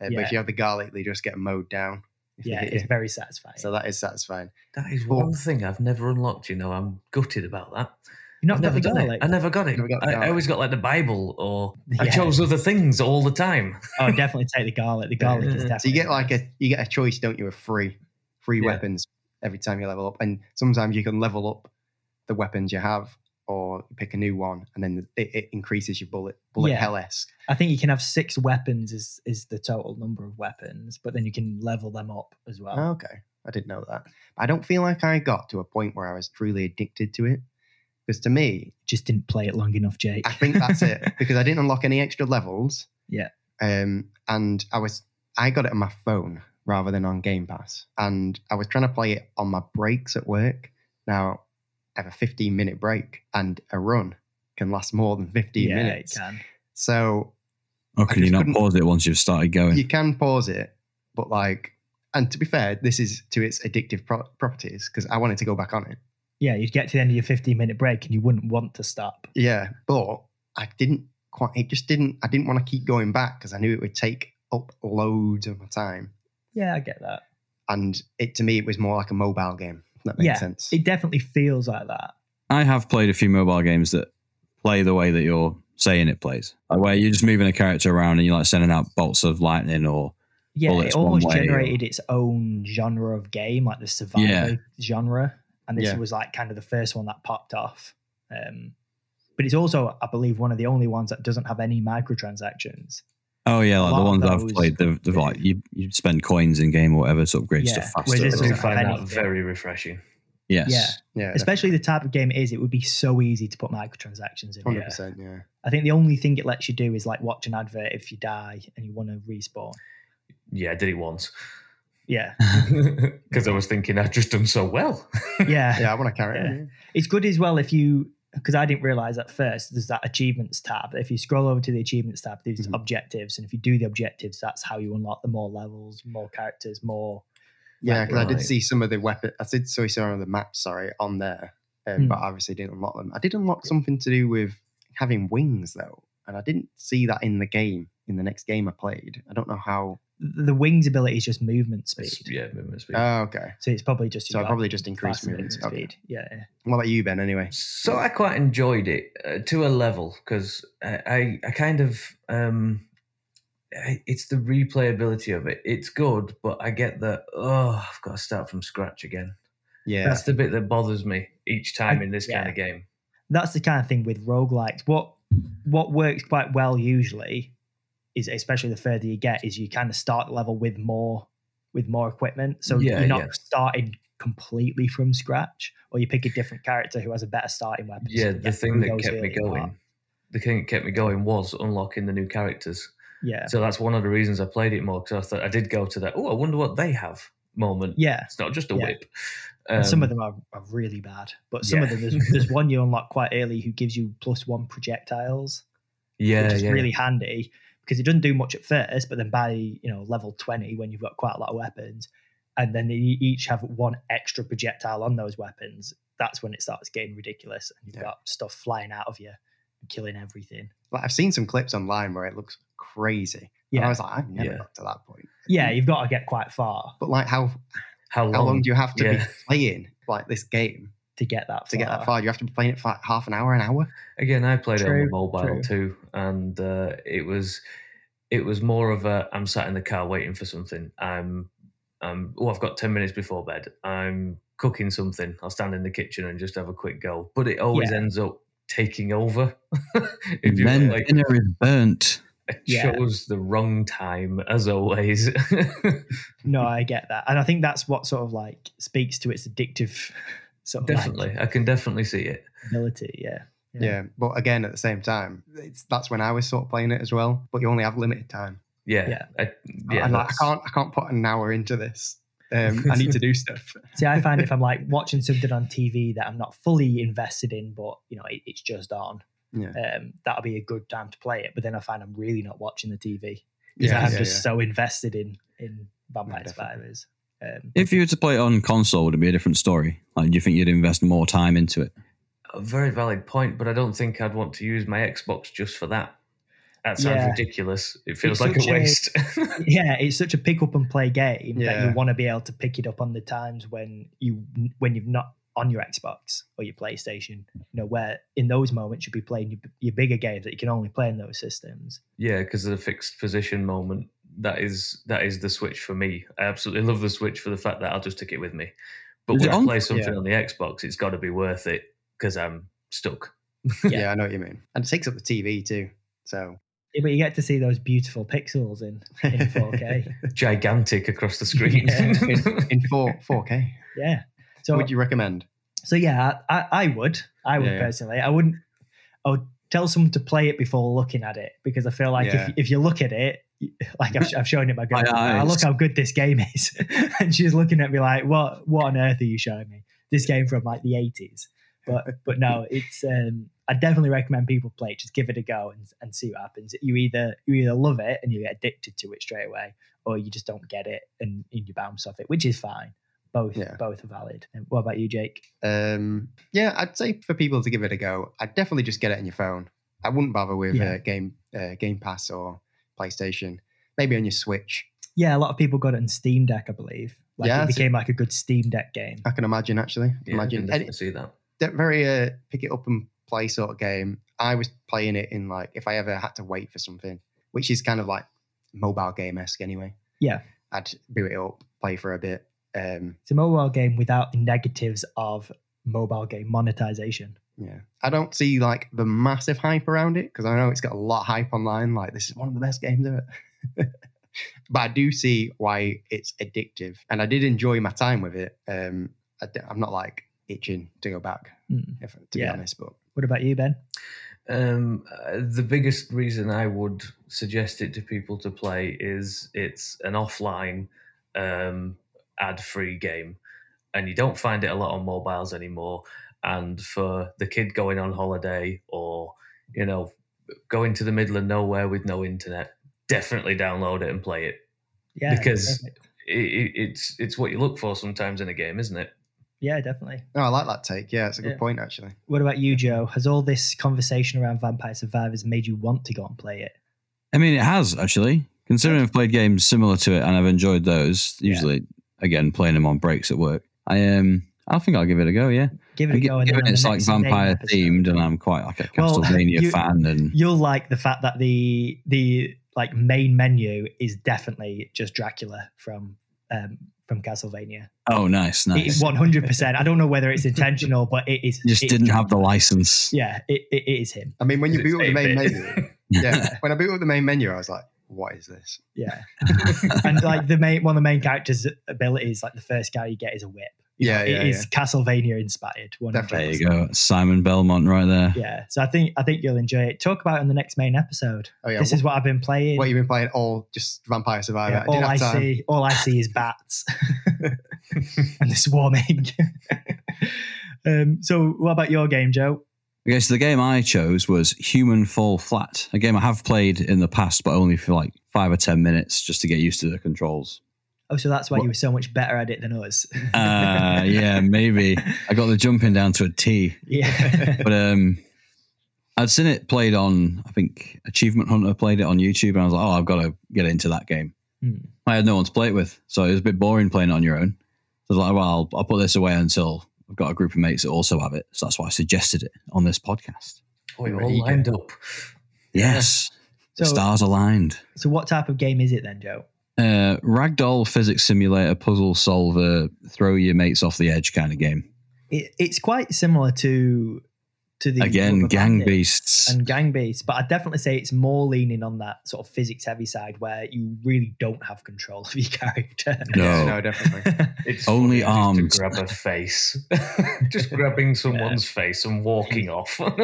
Speaker 2: Uh, But
Speaker 3: Yeah.
Speaker 2: if you have the garlic, they just get mowed down. if they
Speaker 3: Yeah,
Speaker 2: hit
Speaker 3: it's
Speaker 2: you.
Speaker 3: very satisfying.
Speaker 2: So that is satisfying.
Speaker 4: That is
Speaker 2: Well-
Speaker 4: one thing I've never unlocked. You know, I'm gutted about that.
Speaker 3: You've not
Speaker 4: I've
Speaker 3: got
Speaker 4: never
Speaker 3: the
Speaker 4: done
Speaker 3: garlic.
Speaker 4: it. I never got it.
Speaker 2: Never got the
Speaker 4: I, I
Speaker 2: garlic.
Speaker 4: always got like the Bible, or I
Speaker 3: Yeah.
Speaker 4: chose other things all the time.
Speaker 3: Oh, definitely take the garlic. The garlic is
Speaker 2: <laughs>
Speaker 3: definitely.
Speaker 2: So you get like a you get a choice, don't you, of free free
Speaker 4: Yeah.
Speaker 2: weapons every time you level up, and sometimes you can level up the weapons you have, or pick a new one, and then it, it increases your bullet bullet
Speaker 3: Yeah.
Speaker 2: hell esque.
Speaker 3: I think you can have six weapons is is the total number of weapons, but then you can level them up as well.
Speaker 2: Oh, Okay, I didn't know that. I don't feel like I got to a point where I was truly addicted to it, because to me,
Speaker 3: Just didn't play it long enough, Jake.
Speaker 2: I think that's
Speaker 3: <laughs>
Speaker 2: it because I didn't unlock any extra levels.
Speaker 3: Yeah.
Speaker 2: Um, and I was I got it on my phone rather than on Game Pass, and I was trying to play it on my breaks at work. Now I have a 15 minute break, and a run can last more than 15
Speaker 3: yeah,
Speaker 2: minutes.
Speaker 3: it can.
Speaker 2: So
Speaker 1: Or
Speaker 2: I
Speaker 1: can you
Speaker 2: just
Speaker 1: not
Speaker 2: couldn't-
Speaker 1: pause it once you've started going?
Speaker 2: you can pause it, but like, and to be fair, this is to its addictive pro- properties because I wanted to go back on it.
Speaker 3: Yeah, you'd get to the end of your fifteen minute break and you wouldn't want to stop.
Speaker 2: Yeah, but I didn't quite. It just didn't. I didn't want to keep going back because I knew it would take up loads of my time.
Speaker 3: Yeah, I get that.
Speaker 2: And it to me, it was more like a mobile game. If that makes
Speaker 3: Yeah,
Speaker 2: sense.
Speaker 3: It definitely feels like that.
Speaker 1: I have played a few mobile games that play the way that you're saying it plays, like where you're just moving a character around and you're like sending out bolts of lightning or
Speaker 3: Yeah,
Speaker 1: Well,
Speaker 3: it
Speaker 1: it's one
Speaker 3: almost
Speaker 1: way, or-
Speaker 3: generated its own genre of game, like the survival
Speaker 1: Yeah.
Speaker 3: genre, and this
Speaker 2: Yeah.
Speaker 3: was like kind of the first one that popped off. Um, but it's also, I believe, one of the only ones that doesn't have any microtransactions.
Speaker 1: oh yeah, like
Speaker 3: lot
Speaker 1: the
Speaker 3: of
Speaker 1: ones I've
Speaker 3: those-
Speaker 1: played, the, the like you you spend coins in game or whatever to upgrade
Speaker 3: Yeah,
Speaker 1: stuff
Speaker 3: where
Speaker 1: faster.
Speaker 4: I
Speaker 3: this
Speaker 1: or-
Speaker 4: do
Speaker 3: doesn't
Speaker 4: find
Speaker 3: have
Speaker 4: that
Speaker 3: anything.
Speaker 4: very refreshing.
Speaker 1: yes.
Speaker 3: Yeah,
Speaker 2: yeah,
Speaker 3: especially the type of game it is, it would be so easy to put microtransactions in.
Speaker 2: hundred
Speaker 3: it.
Speaker 2: percent. Yeah,
Speaker 3: <laughs> I think the only thing it lets you do is like watch an advert if you die and you want to respawn.
Speaker 4: Yeah, I did it once <laughs>
Speaker 3: Yeah,
Speaker 4: because I was thinking I've just done so well.
Speaker 1: <laughs>
Speaker 3: yeah.
Speaker 2: yeah. I want to carry
Speaker 3: Yeah.
Speaker 2: it.
Speaker 3: It's good as well if you because I didn't realize at first there's that achievements tab. If you scroll over to the achievements tab, there's
Speaker 2: Mhm.
Speaker 3: objectives, and if you do the objectives, that's how you unlock the more levels, more characters, more
Speaker 2: Yeah, because I did
Speaker 4: Right.
Speaker 2: see some of the weapon. I did so some of the maps, sorry, on there, um,
Speaker 3: Hmm.
Speaker 2: but I obviously didn't unlock them. I did unlock something to do with having wings though, and I didn't see that in the game. In the next game I played, I don't know how.
Speaker 3: The wings ability is just movement speed.
Speaker 4: It's- yeah, movement speed.
Speaker 2: Oh, okay.
Speaker 3: So it's probably just
Speaker 2: So I
Speaker 3: you got
Speaker 2: probably just increased
Speaker 3: faster
Speaker 2: movement speed. Okay.
Speaker 3: Yeah, yeah.
Speaker 2: What about you, Ben? Anyway,
Speaker 4: So I quite enjoyed it uh, to a level because I, I I kind of um I- it's the replayability of it. It's good, but I get that oh I've got to start from scratch again.
Speaker 2: yeah,
Speaker 4: That's the bit that bothers me each time
Speaker 3: I-
Speaker 4: in this kind of game.
Speaker 3: that's the kind of thing with roguelikes. What what works quite well usually is especially the further you get is you kind of start the level with more with more equipment. So
Speaker 4: Yeah,
Speaker 3: you're not
Speaker 4: yeah.
Speaker 3: starting completely from scratch or you pick a different character who has a better starting weapon. so
Speaker 4: Yeah,
Speaker 3: you
Speaker 4: the
Speaker 3: get
Speaker 4: thing
Speaker 3: through
Speaker 4: that
Speaker 3: those
Speaker 4: kept me
Speaker 3: early
Speaker 4: going,
Speaker 3: parts.
Speaker 4: the thing that kept me going was unlocking the new characters.
Speaker 3: Yeah.
Speaker 4: So that's one of the reasons I played it more because I thought I did go to that. Oh, I wonder what they have moment.
Speaker 3: Yeah.
Speaker 4: It's not just a
Speaker 3: Yeah.
Speaker 4: whip.
Speaker 3: And some of
Speaker 4: Um,
Speaker 3: them are, are really bad, but some of
Speaker 4: yeah.
Speaker 3: them there's, there's one you unlock quite early who gives you plus one projectiles,
Speaker 4: yeah,
Speaker 3: which is
Speaker 4: yeah,
Speaker 3: really handy because it doesn't do much at first, but then by you know level twenty when you've got quite a lot of weapons, and then they e-, each have one extra projectile on those weapons, that's when it starts getting ridiculous and you've
Speaker 2: Yeah.
Speaker 3: got stuff flying out of you, and killing everything.
Speaker 2: like I've seen some clips online where it looks crazy. Yeah, and Oh, I
Speaker 3: Yeah,
Speaker 2: was like, I've never
Speaker 4: Yeah.
Speaker 2: got to that point.
Speaker 3: yeah, you've got to get quite far
Speaker 2: But like, how
Speaker 4: How long?
Speaker 2: how long do you have to be
Speaker 4: yeah.
Speaker 2: playing like this game
Speaker 3: to get that.
Speaker 2: to get that far? Do you have to be playing it for like half an hour, an hour?
Speaker 4: Again, I played it on
Speaker 3: True,
Speaker 4: the mobile
Speaker 3: true.
Speaker 4: too, and uh, it was it was more of a I'm sat in the car waiting for something. I'm I'm oh I've got ten minutes before bed. I'm cooking something. I'll stand in the kitchen and just have a quick go. But it always ends up taking over. <laughs> if you
Speaker 1: Then
Speaker 4: like,
Speaker 1: dinner is burnt.
Speaker 4: I
Speaker 3: Yeah.
Speaker 4: chose the wrong time as always. <laughs>
Speaker 3: No, I get that, and I think that's what sort of like speaks to its addictive <laughs> sort of like,
Speaker 4: definitely, I can definitely see it.
Speaker 3: ability. Yeah.
Speaker 2: Yeah. but again, at the same time, it's that's when I was sort of playing it as well. But you only have limited time.
Speaker 4: Yeah,
Speaker 3: Yeah.
Speaker 4: I,
Speaker 2: Yeah,
Speaker 4: yeah,
Speaker 2: and like, I
Speaker 4: that's-
Speaker 2: can't I can't put an hour into this. Um, I need to do stuff.
Speaker 3: See, I
Speaker 2: <laughs>
Speaker 3: find if I'm like watching something on TV that I'm not fully invested in, but you know it, it's just on,
Speaker 2: Yeah,
Speaker 3: um, that'll be a good time to play it. But then I find I'm really not watching the TV because
Speaker 2: yeah,
Speaker 3: I'm
Speaker 2: yeah,
Speaker 3: just
Speaker 2: yeah.
Speaker 3: so invested in in Vampire
Speaker 2: Yeah, definitely.
Speaker 3: Survivors. Um,
Speaker 1: If you were to play it on console, would it be a different story? Like, do you think you'd invest more time into it?
Speaker 4: a very valid point, but I don't think I'd want to use my Xbox just for that. That sounds
Speaker 3: Yeah.
Speaker 4: ridiculous. It
Speaker 3: It's
Speaker 4: feels like a
Speaker 3: such a-
Speaker 4: waste. <laughs>
Speaker 3: yeah, it's such a pick up and play game that
Speaker 2: Yeah.
Speaker 3: you want to be able to pick it up on the times when you when you've not on your Xbox or your PlayStation. You know where in those moments you'd be playing your, your bigger games that you can only play in those systems.
Speaker 4: yeah, because of the fixed position moment. That is that is the switch for me. I absolutely love the switch for the fact that I'll just take it with me. But
Speaker 1: Is
Speaker 4: when
Speaker 1: it
Speaker 4: I
Speaker 1: on-
Speaker 4: play something on the Xbox, it's got to be worth it because I'm stuck.
Speaker 2: yeah. I know what you mean. And it takes up the TV too. So
Speaker 3: Yeah, but you get to see those beautiful pixels in in
Speaker 2: <laughs>
Speaker 3: 4K.
Speaker 4: Gigantic across the screen. <laughs>
Speaker 3: Yeah.
Speaker 2: in four four K.
Speaker 3: yeah. So
Speaker 2: Would you recommend?
Speaker 3: so yeah, I, I- I would. I would
Speaker 2: Yeah.
Speaker 3: personally. I wouldn't I would tell someone to play it before looking at it because I feel like
Speaker 2: Yeah.
Speaker 3: if, if you look at it, <laughs> like I've,
Speaker 2: <laughs>
Speaker 3: I've shown it my girlfriend, I
Speaker 1: eyes.
Speaker 3: look how good this game is, <laughs> and she's looking at me like, "What? What on earth are you showing me? This game from like the '80s?"
Speaker 2: <laughs>
Speaker 3: But but no, it's um, I definitely recommend people play it. Just give it a go and, and see what happens. You either you either love it and you get addicted to it straight away, or you just don't get it and, and you bounce off it, which is fine. Both
Speaker 2: Yeah.
Speaker 3: both are valid. And what about you, Jake?
Speaker 2: Um, yeah, I'd say for people to give it a go, I'd definitely just get it on your phone. I wouldn't bother with
Speaker 3: Yeah.
Speaker 2: uh, game uh, Game Pass or PlayStation. Maybe on your Switch.
Speaker 3: Yeah, a lot of people got it on Steam Deck, I believe. Like
Speaker 2: Yeah,
Speaker 3: it
Speaker 2: that's-
Speaker 3: became like a good Steam Deck game.
Speaker 2: I can imagine actually.
Speaker 4: Yeah,
Speaker 2: imagine
Speaker 4: I can
Speaker 2: and
Speaker 4: definitely see that.
Speaker 2: that very uh, pick it up and play sort of game. I was playing it in like if I ever had to wait for something, which is kind of like mobile game esque anyway.
Speaker 3: Yeah.
Speaker 2: I'd boot it up, play for a bit. Um,
Speaker 3: It's a mobile game without the negatives of mobile game monetization.
Speaker 2: yeah, I don't see like the massive hype around it because I know it's got a lot of hype online. Like this is one of the best games ever. <laughs> but I do see why it's addictive, and I did enjoy my time with it. Um, I d- I'm not like itching to go back,
Speaker 3: Hmm.
Speaker 2: if, to
Speaker 3: Yeah.
Speaker 2: be honest. But
Speaker 3: What about you, Ben?
Speaker 4: Um, uh, the biggest reason I would suggest it to people to play is it's an offline, um, ad-free game, and you don't find it a lot on mobiles anymore. And for the kid going on holiday or you know going to the middle of nowhere with no internet, definitely download it and play it
Speaker 3: Yeah,
Speaker 4: Because-
Speaker 3: perfect.
Speaker 4: it, it's it's what you look for sometimes in a game, isn't it?
Speaker 3: Yeah, definitely.
Speaker 2: No, I like that take. Yeah, it's a good
Speaker 3: Yeah.
Speaker 2: point actually.
Speaker 3: What about you, Joe? Has all this conversation around Vampire Survivors made you want to go and play it?
Speaker 1: I mean, it has actually. Considering I've played games similar to it and I've enjoyed those,
Speaker 3: Yeah.
Speaker 1: usually again playing them on breaks at work. I um, I think I'll give it a go. Yeah,
Speaker 3: Give it a
Speaker 1: Gi-
Speaker 3: go. and
Speaker 1: given
Speaker 3: then on
Speaker 1: it's
Speaker 3: the
Speaker 1: like
Speaker 3: next main
Speaker 1: vampire
Speaker 3: episode-
Speaker 1: themed, and I'm quite like a
Speaker 3: Well,
Speaker 1: Castlevania
Speaker 3: you-
Speaker 1: fan, and
Speaker 3: You'll like the fact that the the like main menu is definitely just Dracula from um from Castlevania.
Speaker 1: oh, nice, nice.
Speaker 3: One hundred percent. I don't know whether it's intentional, but it is.
Speaker 1: You <laughs> just
Speaker 3: it-
Speaker 1: didn't have the license.
Speaker 3: Yeah, it, it, it is him.
Speaker 2: I mean, when you
Speaker 4: It's
Speaker 2: boot up the main
Speaker 4: 8-bit.
Speaker 3: <laughs>
Speaker 2: menu,
Speaker 4: <laughs>
Speaker 2: yeah, when I boot up the main menu, I was like, what is this?
Speaker 1: <laughs>
Speaker 3: Yeah, and like the main one of the main characters' abilities, like the first guy you get is a whip.
Speaker 2: Yeah,
Speaker 3: It is
Speaker 2: yeah,
Speaker 3: Castlevania inspired. One hundred
Speaker 1: there
Speaker 2: Definitely.
Speaker 3: percent.
Speaker 1: you go, Simon Belmont, right there.
Speaker 3: Yeah, so I think I think you'll enjoy it. Talk about it in the next main episode.
Speaker 2: Oh yeah,
Speaker 3: This
Speaker 2: what,
Speaker 3: is what I've been playing.
Speaker 2: what you've been playing all just Vampire Survivor.
Speaker 3: Yeah,
Speaker 2: I
Speaker 3: all
Speaker 2: didn't
Speaker 3: I
Speaker 2: have time.
Speaker 3: see, all I see is bats <laughs> and the swarming. <laughs> um, so, what about your game, Joe?
Speaker 1: Okay, so the game I chose was Human Fall Flat, a game I have played in the past, but only for like five or ten minutes just to get used to the controls.
Speaker 3: Oh, so that's why you
Speaker 1: What-
Speaker 3: were so much better at it than us.
Speaker 1: Uh,
Speaker 3: <laughs>
Speaker 1: yeah, maybe I got the jumping down to a T. <laughs>
Speaker 3: yeah.
Speaker 1: but um I'd seen it played on I think Achievement Hunter played it on YouTube and I was like, oh, I've got to get into that game.
Speaker 3: Hmm.
Speaker 1: I had no one to play it with, so it was a bit boring playing it on your own. So I was like, well, I'll, I'll put this away until I've got a group of mates that also have it. So that's why I suggested it on this podcast.
Speaker 4: Oh, you're
Speaker 2: Right,
Speaker 4: all
Speaker 2: you
Speaker 4: lined up.
Speaker 1: Yes, the
Speaker 3: So,
Speaker 1: stars aligned.
Speaker 3: so, what type of game is it then, Joe?
Speaker 1: Uh, ragdoll physics simulator, puzzle solver, throw your mates off the edge kind of game.
Speaker 3: It, it's quite similar to to the
Speaker 1: Again,
Speaker 3: Rubber
Speaker 1: gang
Speaker 3: Bandits
Speaker 1: beasts.
Speaker 3: and gang beasts, but I'd definitely say it's more leaning on that sort of physics heavy side where you really don't have control <laughs> of
Speaker 1: <laughs>
Speaker 3: your character.
Speaker 2: Yeah,
Speaker 1: No.
Speaker 3: <laughs>
Speaker 2: no, definitely.
Speaker 4: It's
Speaker 1: Only
Speaker 4: funny
Speaker 1: arms.
Speaker 4: Just to grab a
Speaker 2: <laughs>
Speaker 4: face, just grabbing someone's face and walking off. <laughs>
Speaker 3: and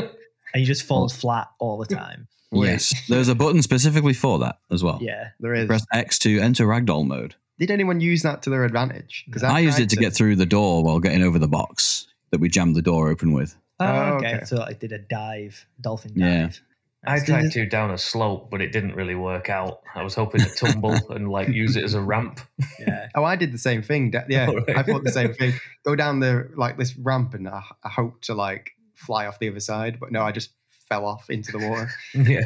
Speaker 3: you just fall flat all the time.
Speaker 1: Yes, there's a button specifically for that as well.
Speaker 3: Yeah.
Speaker 2: There is.
Speaker 1: Press X to enter ragdoll mode.
Speaker 2: Did anyone use that to their advantage? Because
Speaker 1: I used it to get through the door while getting over the box that we jammed the door open with.
Speaker 3: Oh,
Speaker 2: Oh,
Speaker 3: okay.
Speaker 2: okay.
Speaker 3: So I did a dive, dolphin
Speaker 1: Yeah.
Speaker 3: dive.
Speaker 4: I
Speaker 3: So
Speaker 4: tried
Speaker 3: there's-
Speaker 4: to down a slope, but it didn't really work out. I was hoping to tumble
Speaker 2: <laughs>
Speaker 4: and like use it as a ramp.
Speaker 3: <laughs> Yeah.
Speaker 2: Oh, I did the same thing. Da- Yeah,
Speaker 1: Oh,
Speaker 4: All right.
Speaker 2: I thought
Speaker 1: <laughs>
Speaker 2: the same thing. Go down the like this ramp, and I, I hope to like fly off the other side, but no, I just fell off into the water.
Speaker 1: <laughs>
Speaker 4: Yeah,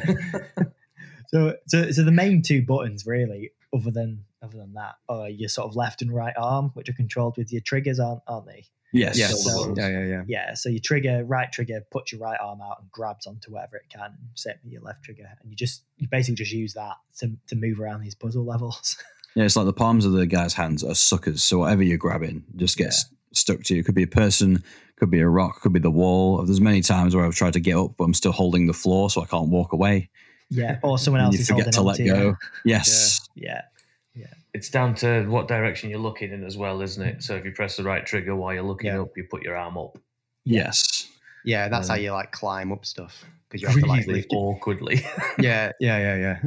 Speaker 3: So, so, so the main two buttons really, other than other than that, are your sort of left and right arm, which are controlled with your triggers, aren't aren't they?
Speaker 1: Yes.
Speaker 3: Yes.
Speaker 1: So-
Speaker 2: yeah, yeah, yeah.
Speaker 3: Yeah. So your trigger, right trigger, puts your right arm out and grabs onto whatever it can, same with your left trigger, and you just you basically just use that to to move around these puzzle levels. <laughs>
Speaker 1: yeah, it's like the palms of the guy's hands are suckers, so whatever you're grabbing just gets stuck to you. It could be a person, could be a rock, could be the wall. There's many times where I've tried to get up, but I'm still holding the floor, so I can't walk away.
Speaker 3: yeah. Or someone
Speaker 1: <laughs>
Speaker 3: else
Speaker 1: you
Speaker 3: is
Speaker 1: forget
Speaker 3: holding
Speaker 1: to
Speaker 3: on
Speaker 1: let
Speaker 3: to you.
Speaker 1: go. Yes.
Speaker 3: Yeah.
Speaker 4: <laughs> it's down to what direction you're looking in as well, isn't it? So if you press the right trigger while you're looking
Speaker 2: Yeah.
Speaker 4: up, you put your arm up
Speaker 1: Yes.
Speaker 2: Yeah, that's how
Speaker 4: Um,
Speaker 2: you like climb up stuff because you have to like
Speaker 4: really
Speaker 2: lift.
Speaker 4: awkwardly. <laughs>
Speaker 2: Yeah, yeah, yeah, yeah.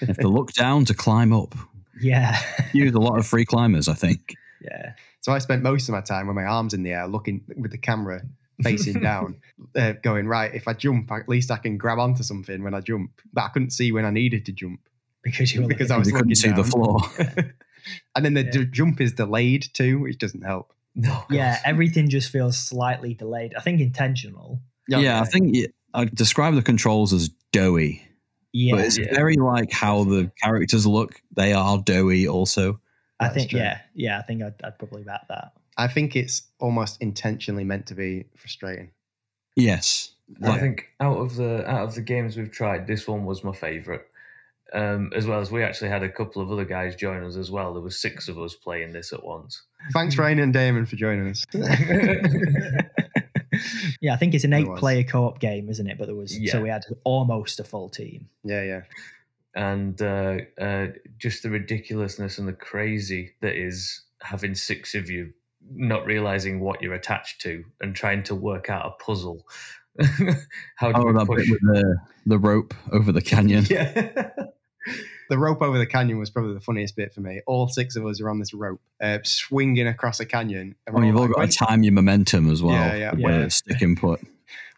Speaker 1: You have to look down to climb up.
Speaker 3: Yeah. <laughs>
Speaker 1: Use a lot of free climbers, I think.
Speaker 3: yeah.
Speaker 2: So I spent most of my time with my arms in the air, looking with the camera
Speaker 1: <laughs>
Speaker 2: facing down, uh, going right. If I jump, at least I can grab onto something when I jump. But I couldn't see when I needed to jump.
Speaker 3: Because you were
Speaker 2: Because I
Speaker 3: looking-
Speaker 2: was
Speaker 1: You couldn't
Speaker 2: looking
Speaker 1: see the
Speaker 2: down.
Speaker 1: floor.
Speaker 2: <laughs> And then the
Speaker 3: Yeah.
Speaker 2: d- jump is delayed too, which doesn't help.
Speaker 4: no,
Speaker 3: yeah, everything just feels slightly delayed. I think intentional.
Speaker 1: Yeah, I think you, I'd describe the controls as doughy.
Speaker 3: Yeah,
Speaker 1: but it's
Speaker 4: Yeah.
Speaker 1: very like how the characters look. They are doughy also.
Speaker 3: I
Speaker 2: that's
Speaker 3: think
Speaker 2: true.
Speaker 3: yeah, yeah. I think I'd, I'd probably back that.
Speaker 1: <laughs>
Speaker 2: I think it's almost intentionally meant to be frustrating.
Speaker 1: Yes.
Speaker 4: I
Speaker 1: Like-
Speaker 4: think out of the out of the games we've tried, this one was my favourite. Um, as well as we actually had a couple of other guys join us as well. There was six of us playing this at once.
Speaker 1: Mm.
Speaker 2: Thanks, Ryan and Damon, for
Speaker 1: <laughs>
Speaker 2: joining us.
Speaker 3: Yeah, I think it's an
Speaker 2: It was.
Speaker 3: eight-player co-op game, isn't it? But there was
Speaker 4: Yeah.
Speaker 3: so we had almost a
Speaker 1: <laughs>
Speaker 3: full team.
Speaker 2: yeah, yeah.
Speaker 4: and uh, uh, just the ridiculousness and the crazy that is having six of you not realizing what you're attached to and trying to work out a puzzle. <laughs> How do
Speaker 1: Oh,
Speaker 4: we
Speaker 1: that
Speaker 4: push?
Speaker 1: bit with the, the rope over the canyon.
Speaker 4: Yeah.
Speaker 2: The rope over the canyon was probably the funniest bit for me. All six of us are on this rope, uh, swinging across a canyon. and
Speaker 1: Oh,
Speaker 2: we're
Speaker 1: you've all
Speaker 2: like,
Speaker 1: got
Speaker 2: when,
Speaker 1: to time your momentum as well.
Speaker 2: Yeah, yeah.
Speaker 1: Where
Speaker 3: Yeah.
Speaker 1: it's sticking put.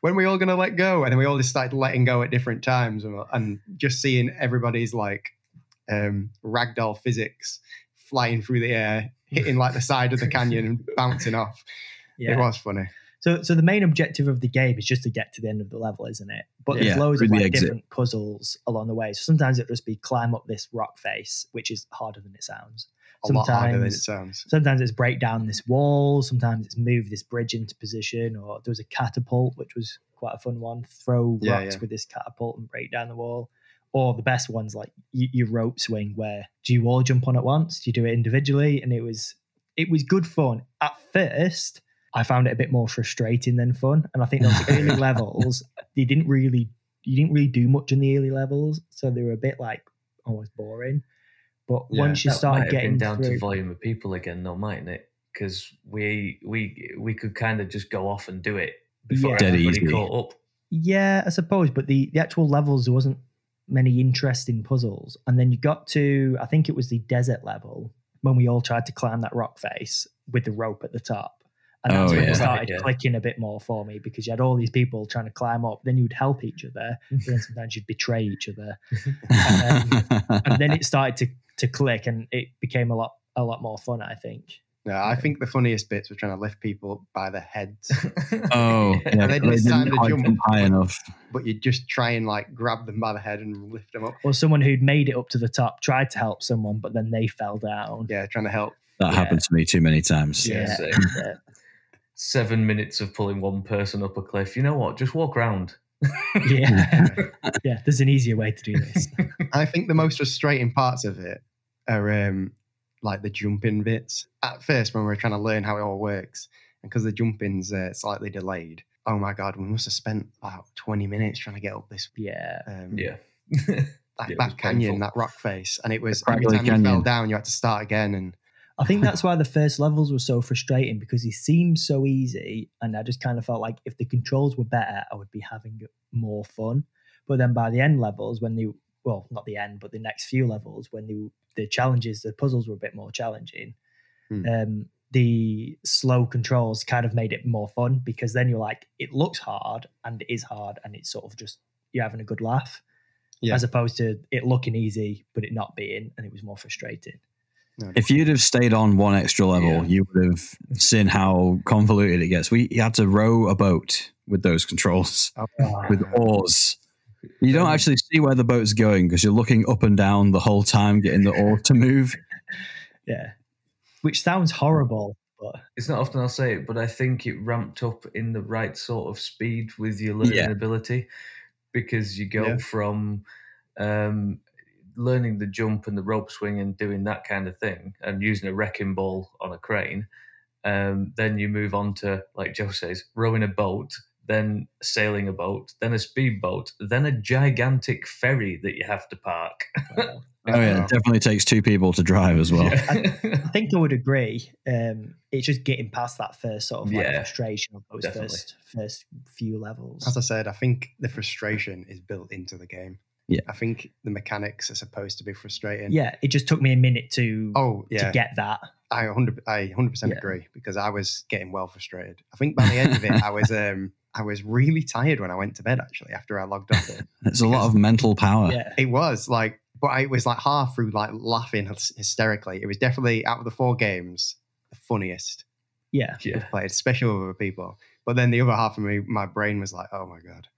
Speaker 2: when are we all going to let go? And then we all just started letting go at different times and, and just seeing everybody's like um, ragdoll physics flying through the air, hitting like the side of the canyon and bouncing off. It was funny.
Speaker 3: So, so the main objective of the game is just to get to the end of the level, isn't it? But there's
Speaker 1: Yeah,
Speaker 3: loads of
Speaker 1: through the
Speaker 3: like,
Speaker 1: exit.
Speaker 3: different puzzles along the way. So sometimes it'll just be climb up this rock face, which is harder than it sounds.
Speaker 2: A lot harder than it
Speaker 3: Sometimes-
Speaker 2: sounds.
Speaker 3: Sometimes it's break down this wall. Sometimes it's move this bridge into position. Or there was a catapult, which was quite a fun one. Throw
Speaker 2: Yeah,
Speaker 3: rocks
Speaker 2: yeah.
Speaker 3: with this catapult and break down the wall. Or the best ones like y- your rope swing, where do you all jump on at once? Do you do it individually? And it was it was good fun at first. I found it a bit more frustrating than fun, and I think
Speaker 4: <laughs>
Speaker 3: those early levels they didn't really you didn't really do much in the early levels, so they were a bit like almost boring. But
Speaker 2: Yeah,
Speaker 3: once you
Speaker 4: That might
Speaker 3: start
Speaker 4: have
Speaker 3: getting
Speaker 4: been down
Speaker 3: through,
Speaker 4: to volume of people again, though, mightn't it? Because we we we could kind of just go off and do it before
Speaker 3: Yeah.
Speaker 1: Dead
Speaker 4: everybody
Speaker 1: easy.
Speaker 4: caught up.
Speaker 3: Yeah, I suppose, but the the actual levels there wasn't many interesting puzzles, and then you got to I think it was the desert level when we all tried to climb that rock face with the rope at the top, and that's
Speaker 1: Oh,
Speaker 3: when
Speaker 1: yeah.
Speaker 3: it started
Speaker 4: Right, yeah.
Speaker 3: clicking a bit more for me because you had all these people trying to climb up, then you'd help each other, but <laughs> then sometimes you'd betray each other,
Speaker 1: <laughs>
Speaker 3: and then it started to to click, and it became a lot a lot more fun, I think.
Speaker 2: No, I think the funniest bits were trying to lift people up by the heads,
Speaker 3: <laughs>
Speaker 1: oh, yeah,
Speaker 2: And then
Speaker 1: they
Speaker 2: it's
Speaker 1: didn't
Speaker 2: time to
Speaker 1: quite
Speaker 2: jump.
Speaker 1: jump high enough.
Speaker 2: but you just try and like grab them by the head and lift them up.
Speaker 3: Or someone who'd made it up to the top tried to help someone, but then they fell down.
Speaker 2: Yeah, trying to help.
Speaker 1: That
Speaker 3: Yeah.
Speaker 1: happened to me too many times.
Speaker 3: Yeah.
Speaker 4: Yeah, so
Speaker 3: Yeah.
Speaker 4: seven minutes of pulling one person up a cliff. You know what? Just walk round.
Speaker 3: <laughs>
Speaker 1: <laughs>
Speaker 3: yeah yeah there's an easier way to do this
Speaker 2: I think the most frustrating parts of it are um, like the jumping bits. At first, when we were trying to learn how it all works, and because the jumping's uh, slightly delayed, oh my god, we must have spent about twenty minutes trying to get up this
Speaker 3: yeah
Speaker 2: um,
Speaker 4: Yeah. <laughs>
Speaker 2: that,
Speaker 4: Yeah, it was
Speaker 2: that canyon,
Speaker 4: painful.
Speaker 2: that rock face, and it was
Speaker 1: The
Speaker 2: every
Speaker 1: crackly
Speaker 2: time you fell
Speaker 1: canyon.
Speaker 2: down, you had to start again. And <laughs>
Speaker 3: i think that's why the first levels were so frustrating because he seemed so easy and i just kind of felt like if the controls were better i would be having more fun but then by the end levels when they well not the end but the next few levels when the the challenges the puzzles were a bit more challenging
Speaker 2: Hmm.
Speaker 3: um the slow controls kind of made it more fun because then you're like it looks hard and it is hard and it's sort of just you're having a good laugh
Speaker 2: Yeah.
Speaker 3: as opposed to it looking easy but it not being and it was more frustrating
Speaker 2: no,
Speaker 1: If you'd have stayed on one extra level,
Speaker 4: Yeah.
Speaker 1: you would have seen how convoluted it gets. We you had to row a boat with those controls,
Speaker 2: <laughs> oh,
Speaker 1: with oars. You don't actually see where the boat's going because you're looking up and down the whole time, getting the oar to move.
Speaker 3: yeah which sounds horrible but
Speaker 4: It's not often I'll say it, but I think it ramped up in the right sort of speed with your learning
Speaker 1: Yeah.
Speaker 4: ability because you go
Speaker 2: Yeah.
Speaker 4: from um, learning the jump and the rope swing and doing that kind of thing and using a wrecking ball on a crane. Um, then you move on to, like Joe says, rowing a boat, then sailing a boat, then a speedboat, then a gigantic ferry that you have to park.
Speaker 3: well,
Speaker 1: Oh yeah, it definitely takes two people to drive as well.
Speaker 4: <laughs> Yeah.
Speaker 1: <laughs>
Speaker 3: i think i would agree um it's just getting past that first sort of like
Speaker 4: Yeah,
Speaker 3: frustration of those
Speaker 4: definitely.
Speaker 3: first first few levels
Speaker 2: As I said, I think the frustration is built into the game.
Speaker 1: Yeah.
Speaker 2: I think the mechanics are supposed to be frustrating.
Speaker 3: yeah it just took me a minute to
Speaker 2: Oh
Speaker 3: to
Speaker 2: yeah,
Speaker 3: get that
Speaker 2: I hundred I hundred percent
Speaker 3: Yeah.
Speaker 2: agree because I was getting well frustrated. I think by the end of it, I was um I was really tired when I went to bed actually after I logged off. It,
Speaker 1: It's a lot of mental power.
Speaker 3: yeah
Speaker 2: it was like, but I, it was like half through like laughing hys- hysterically. It was definitely out of the four games the funniest
Speaker 3: yeah
Speaker 4: yeah.
Speaker 2: played, especially with other people. But then the other half of me, my brain was like, oh my god,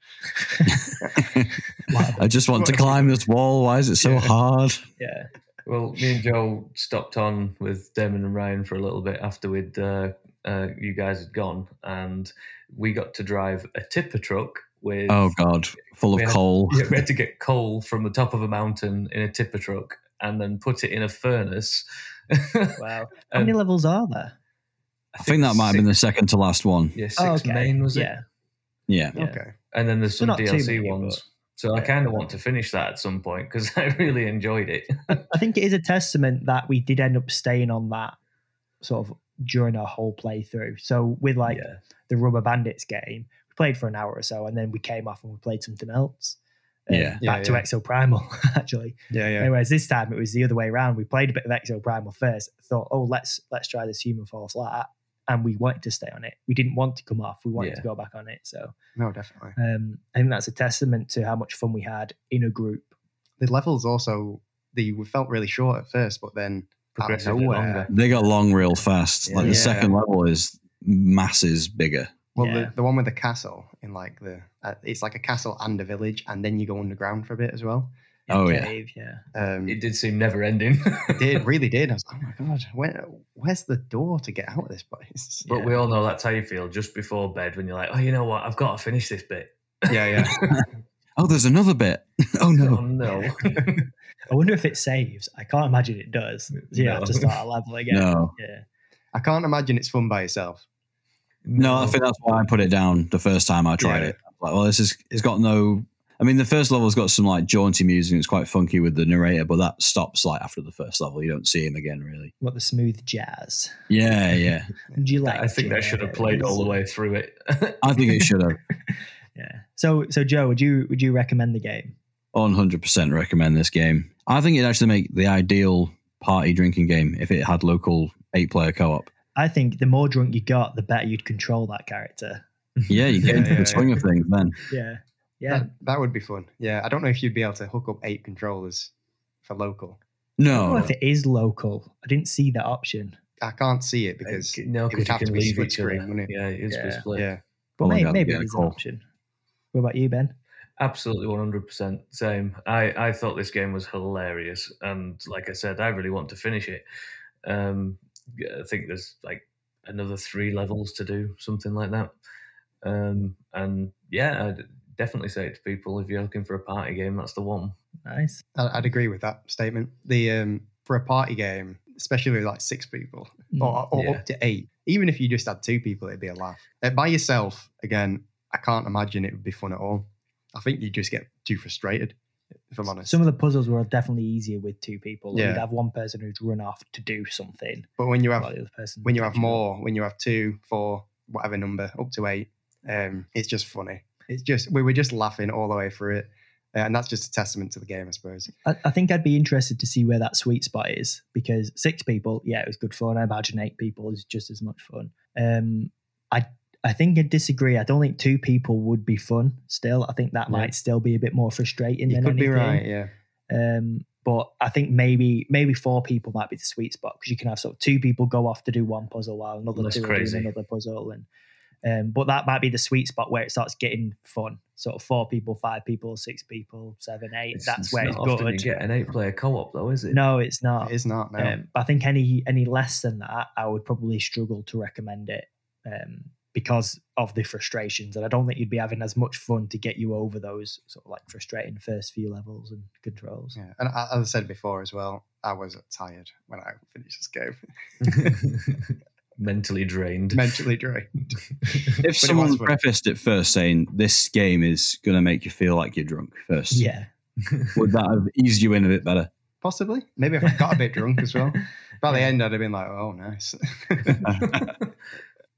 Speaker 1: <laughs> I just want to climb this wall. Why is it so
Speaker 2: Yeah.
Speaker 1: hard?
Speaker 3: yeah
Speaker 4: Well, me and Joe stopped on with Damon and Ryan for a little bit after we'd uh, uh, you guys had gone, and we got to drive a tipper truck with.
Speaker 1: Oh god, full of
Speaker 4: Yeah.
Speaker 1: coal.
Speaker 4: Yeah, <laughs> we had to get coal from the top of a mountain in a tipper truck and then put it in a furnace. <laughs>
Speaker 3: wow how many
Speaker 4: And
Speaker 3: levels are there
Speaker 1: I think that might have been the second to last one.
Speaker 4: yeah six
Speaker 3: Oh,
Speaker 4: main was it,
Speaker 3: yeah
Speaker 1: Yeah.
Speaker 3: Yeah.
Speaker 2: okay,
Speaker 4: and then there's
Speaker 3: So
Speaker 4: some
Speaker 3: not too
Speaker 4: DLC
Speaker 3: many,
Speaker 4: ones.
Speaker 3: but-
Speaker 4: So I
Speaker 3: Yeah.
Speaker 4: kind of want to finish that at some point because <laughs> I really enjoyed it.
Speaker 3: I think it is a testament that we did end up staying on that sort of during our whole playthrough. So with like
Speaker 4: yeah.
Speaker 3: the Rubber Bandits game, we played for an hour or so, and then we came off and we played something else. um,
Speaker 1: Yeah.
Speaker 3: back
Speaker 2: Yeah,
Speaker 3: to
Speaker 2: yeah.
Speaker 3: Exo Primal <laughs> actually.
Speaker 2: yeah, yeah.
Speaker 3: Whereas this time it was the other way around. We played a bit of Exo Primal first, thought, oh, let's let's try this Human Fall Flat, and we wanted to stay on it. We didn't want to come off. We wanted
Speaker 4: Yeah.
Speaker 3: to go back on it. So
Speaker 2: No, definitely.
Speaker 3: um, I think that's a testament to how much fun we had in a group.
Speaker 2: The levels also the we felt really short at first, but then
Speaker 4: progressively
Speaker 2: nowhere.
Speaker 4: longer.
Speaker 1: They got long real fast. Like
Speaker 2: Yeah.
Speaker 1: the second level is masses bigger.
Speaker 2: Well,
Speaker 3: Yeah.
Speaker 2: the, the one with the castle in like the uh, it's like a castle and a village, and then you go underground for a bit as well.
Speaker 1: Oh, yeah.
Speaker 3: cave, yeah.
Speaker 2: Um,
Speaker 4: It
Speaker 2: it
Speaker 4: did seem never ending.
Speaker 2: did really did. I was like, oh my god, where where's the door to get out of this
Speaker 4: <laughs>
Speaker 2: place?
Speaker 4: But we all know that's how you feel just before bed when you're like, oh, you know what? I've got to finish this bit.
Speaker 2: Yeah, yeah.
Speaker 1: Oh, there's another bit. <laughs> oh
Speaker 4: Oh,
Speaker 1: no.
Speaker 4: no. <laughs>
Speaker 3: I wonder if it saves. I can't imagine it
Speaker 4: <laughs>
Speaker 3: does. So you have to
Speaker 4: No.
Speaker 3: start a level again.
Speaker 1: No.
Speaker 3: Yeah.
Speaker 2: I can't imagine it's fun by itself.
Speaker 1: No, I think that's why I put it down the first time I tried
Speaker 2: Yeah.
Speaker 1: it. Like, well, this is it's got no I mean the first level's got some like jaunty music and it's quite funky with the narrator, but that stops like after the first level. You don't see him again really.
Speaker 3: What the smooth jazz.
Speaker 1: Yeah, yeah.
Speaker 3: Do you like
Speaker 4: I think that should have played all the way through it.
Speaker 1: I think it should have. <laughs>
Speaker 3: Yeah. So so Joe, would you would you recommend the game?
Speaker 1: 100% recommend this game. I think it'd actually make the ideal party drinking game if it had local eight player co op.
Speaker 3: I think the more drunk you got, the better you'd control that character.
Speaker 1: Yeah, you get
Speaker 2: Yeah,
Speaker 1: into
Speaker 2: yeah,
Speaker 1: the swing of things then.
Speaker 3: Yeah. Yeah.
Speaker 2: That, that would be fun. Yeah, I don't know if you'd be able to hook up eight controllers for local.
Speaker 3: Oh,
Speaker 1: No,
Speaker 3: if it is local, I didn't see that option.
Speaker 2: I can't see it because
Speaker 4: <laughs> Like, no,
Speaker 2: it would
Speaker 4: because you
Speaker 2: have
Speaker 4: can
Speaker 2: to be
Speaker 4: leave
Speaker 2: split
Speaker 4: each
Speaker 2: screen,
Speaker 4: other.
Speaker 2: wouldn't it?
Speaker 4: Yeah, it is
Speaker 3: Yeah.
Speaker 4: split.
Speaker 2: yeah.
Speaker 3: But
Speaker 1: Well, I
Speaker 3: maybe,
Speaker 1: gotta
Speaker 3: maybe
Speaker 1: get
Speaker 3: it
Speaker 1: a
Speaker 3: is an
Speaker 1: call.
Speaker 3: option. What about you, Ben?
Speaker 4: Absolutely 100%. Same. I, I thought this game was hilarious. And like I said, I really want to finish it. Um, I think there's like another three levels to do, something like that. Um, and yeah, I'd definitely say it to people if you're looking for a party game, that's the one.
Speaker 3: Nice.
Speaker 2: I- I'd agree with that statement. The um, for a party game, especially with like six people
Speaker 3: Mm,
Speaker 2: or, or
Speaker 4: Yeah.
Speaker 2: up to eight, even if you just had two people, it'd be a laugh. Uh, by yourself, again, I can't imagine it would be fun at all. I think you just get too frustrated. If I'm honest,
Speaker 3: Some of the puzzles were definitely easier with two people.
Speaker 2: Yeah.
Speaker 3: You'd have one person who'd run off to do something
Speaker 2: but when you
Speaker 3: while
Speaker 2: have
Speaker 3: the other person
Speaker 2: when you have
Speaker 3: catches up.
Speaker 2: more, when you have two, four, whatever number, up to eight, um, it's just funny. It's just we were just laughing all the way through it, uh, and that's just a testament to the game, I suppose.
Speaker 3: I, I think I'd be interested to see where that sweet spot is because six people, yeah, it was good fun. I imagine eight people is just as much fun. Um, I I think I disagree. I don't think two people would be fun. Still, I think that
Speaker 2: Yeah.
Speaker 3: might still be a bit more frustrating.
Speaker 2: You
Speaker 3: than
Speaker 2: could be
Speaker 3: anything.
Speaker 2: right, yeah.
Speaker 3: Um, but I think maybe maybe four people might be the sweet spot because you can have sort of two people go off to do one puzzle while another
Speaker 4: That's
Speaker 3: two
Speaker 4: crazy.
Speaker 3: are doing another puzzle, and um, but that might be the sweet spot where it starts getting fun. Sort of four people, five people, six people, seven, eight. That's where
Speaker 4: not
Speaker 3: it's
Speaker 4: often
Speaker 3: good.
Speaker 4: You get an eight player co op, though, is it?
Speaker 3: No, it's not.
Speaker 2: It is not now.
Speaker 3: Um, but I think any any less than that, I would probably struggle to recommend it um, because of the frustrations, and I don't think you'd be having as much fun to get you over those sort of like frustrating first few levels and controls.
Speaker 2: Yeah, and I- as I said before as well, I was tired when I finished this
Speaker 3: <laughs>
Speaker 2: game,
Speaker 4: <laughs> Mentally drained.
Speaker 2: mentally
Speaker 3: <laughs>
Speaker 2: drained.
Speaker 1: if
Speaker 2: was
Speaker 1: someone
Speaker 2: fun.
Speaker 1: prefaced it first saying this game is going to make you feel like you're drunk first,
Speaker 3: Yeah,
Speaker 1: would that have eased you in a bit better?
Speaker 2: Possibly, maybe if I got a bit drunk as well. By the end, I'd have been like, "Oh, <laughs> nice."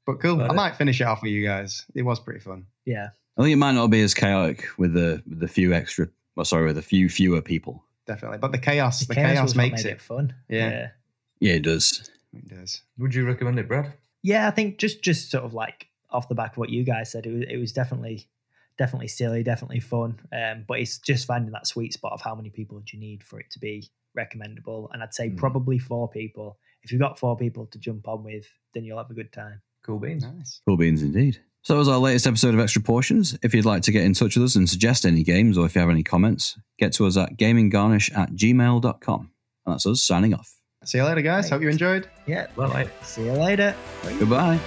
Speaker 2: but cool. I
Speaker 4: But-
Speaker 2: might finish it off with you guys. It was pretty fun.
Speaker 3: <laughs> yeah,
Speaker 1: I think it might not be as chaotic with the with the few extra, well, sorry, with a few fewer people.
Speaker 2: Definitely, but the chaos, the,
Speaker 3: was
Speaker 2: chaos,
Speaker 3: what
Speaker 2: makes
Speaker 3: made
Speaker 2: it.
Speaker 3: fun.
Speaker 2: Yeah.
Speaker 3: yeah,
Speaker 1: Yeah, it does.
Speaker 2: It does.
Speaker 4: Would you recommend it, Brad?
Speaker 3: Yeah, I think just just sort of like off the back of what you guys said, it was, it was definitely definitely silly, definitely fun. Um, but it's just finding that sweet spot of how many people do you need for it to be recommendable. And I'd say
Speaker 4: Hmm.
Speaker 3: probably four people. If you've got four people to jump on with, then you'll have a good time.
Speaker 4: Cool beans.
Speaker 2: Nice.
Speaker 1: Cool beans indeed. So that was our latest episode of Extra Portions. If you'd like to get in touch with us and suggest any games or if you have any comments, get to us at gaminggarnish at gmail.com. And that's us signing off.
Speaker 2: See you later, guys. Hope you enjoyed.
Speaker 3: Yeah.
Speaker 4: Well, I.
Speaker 3: See you later.
Speaker 1: Goodbye.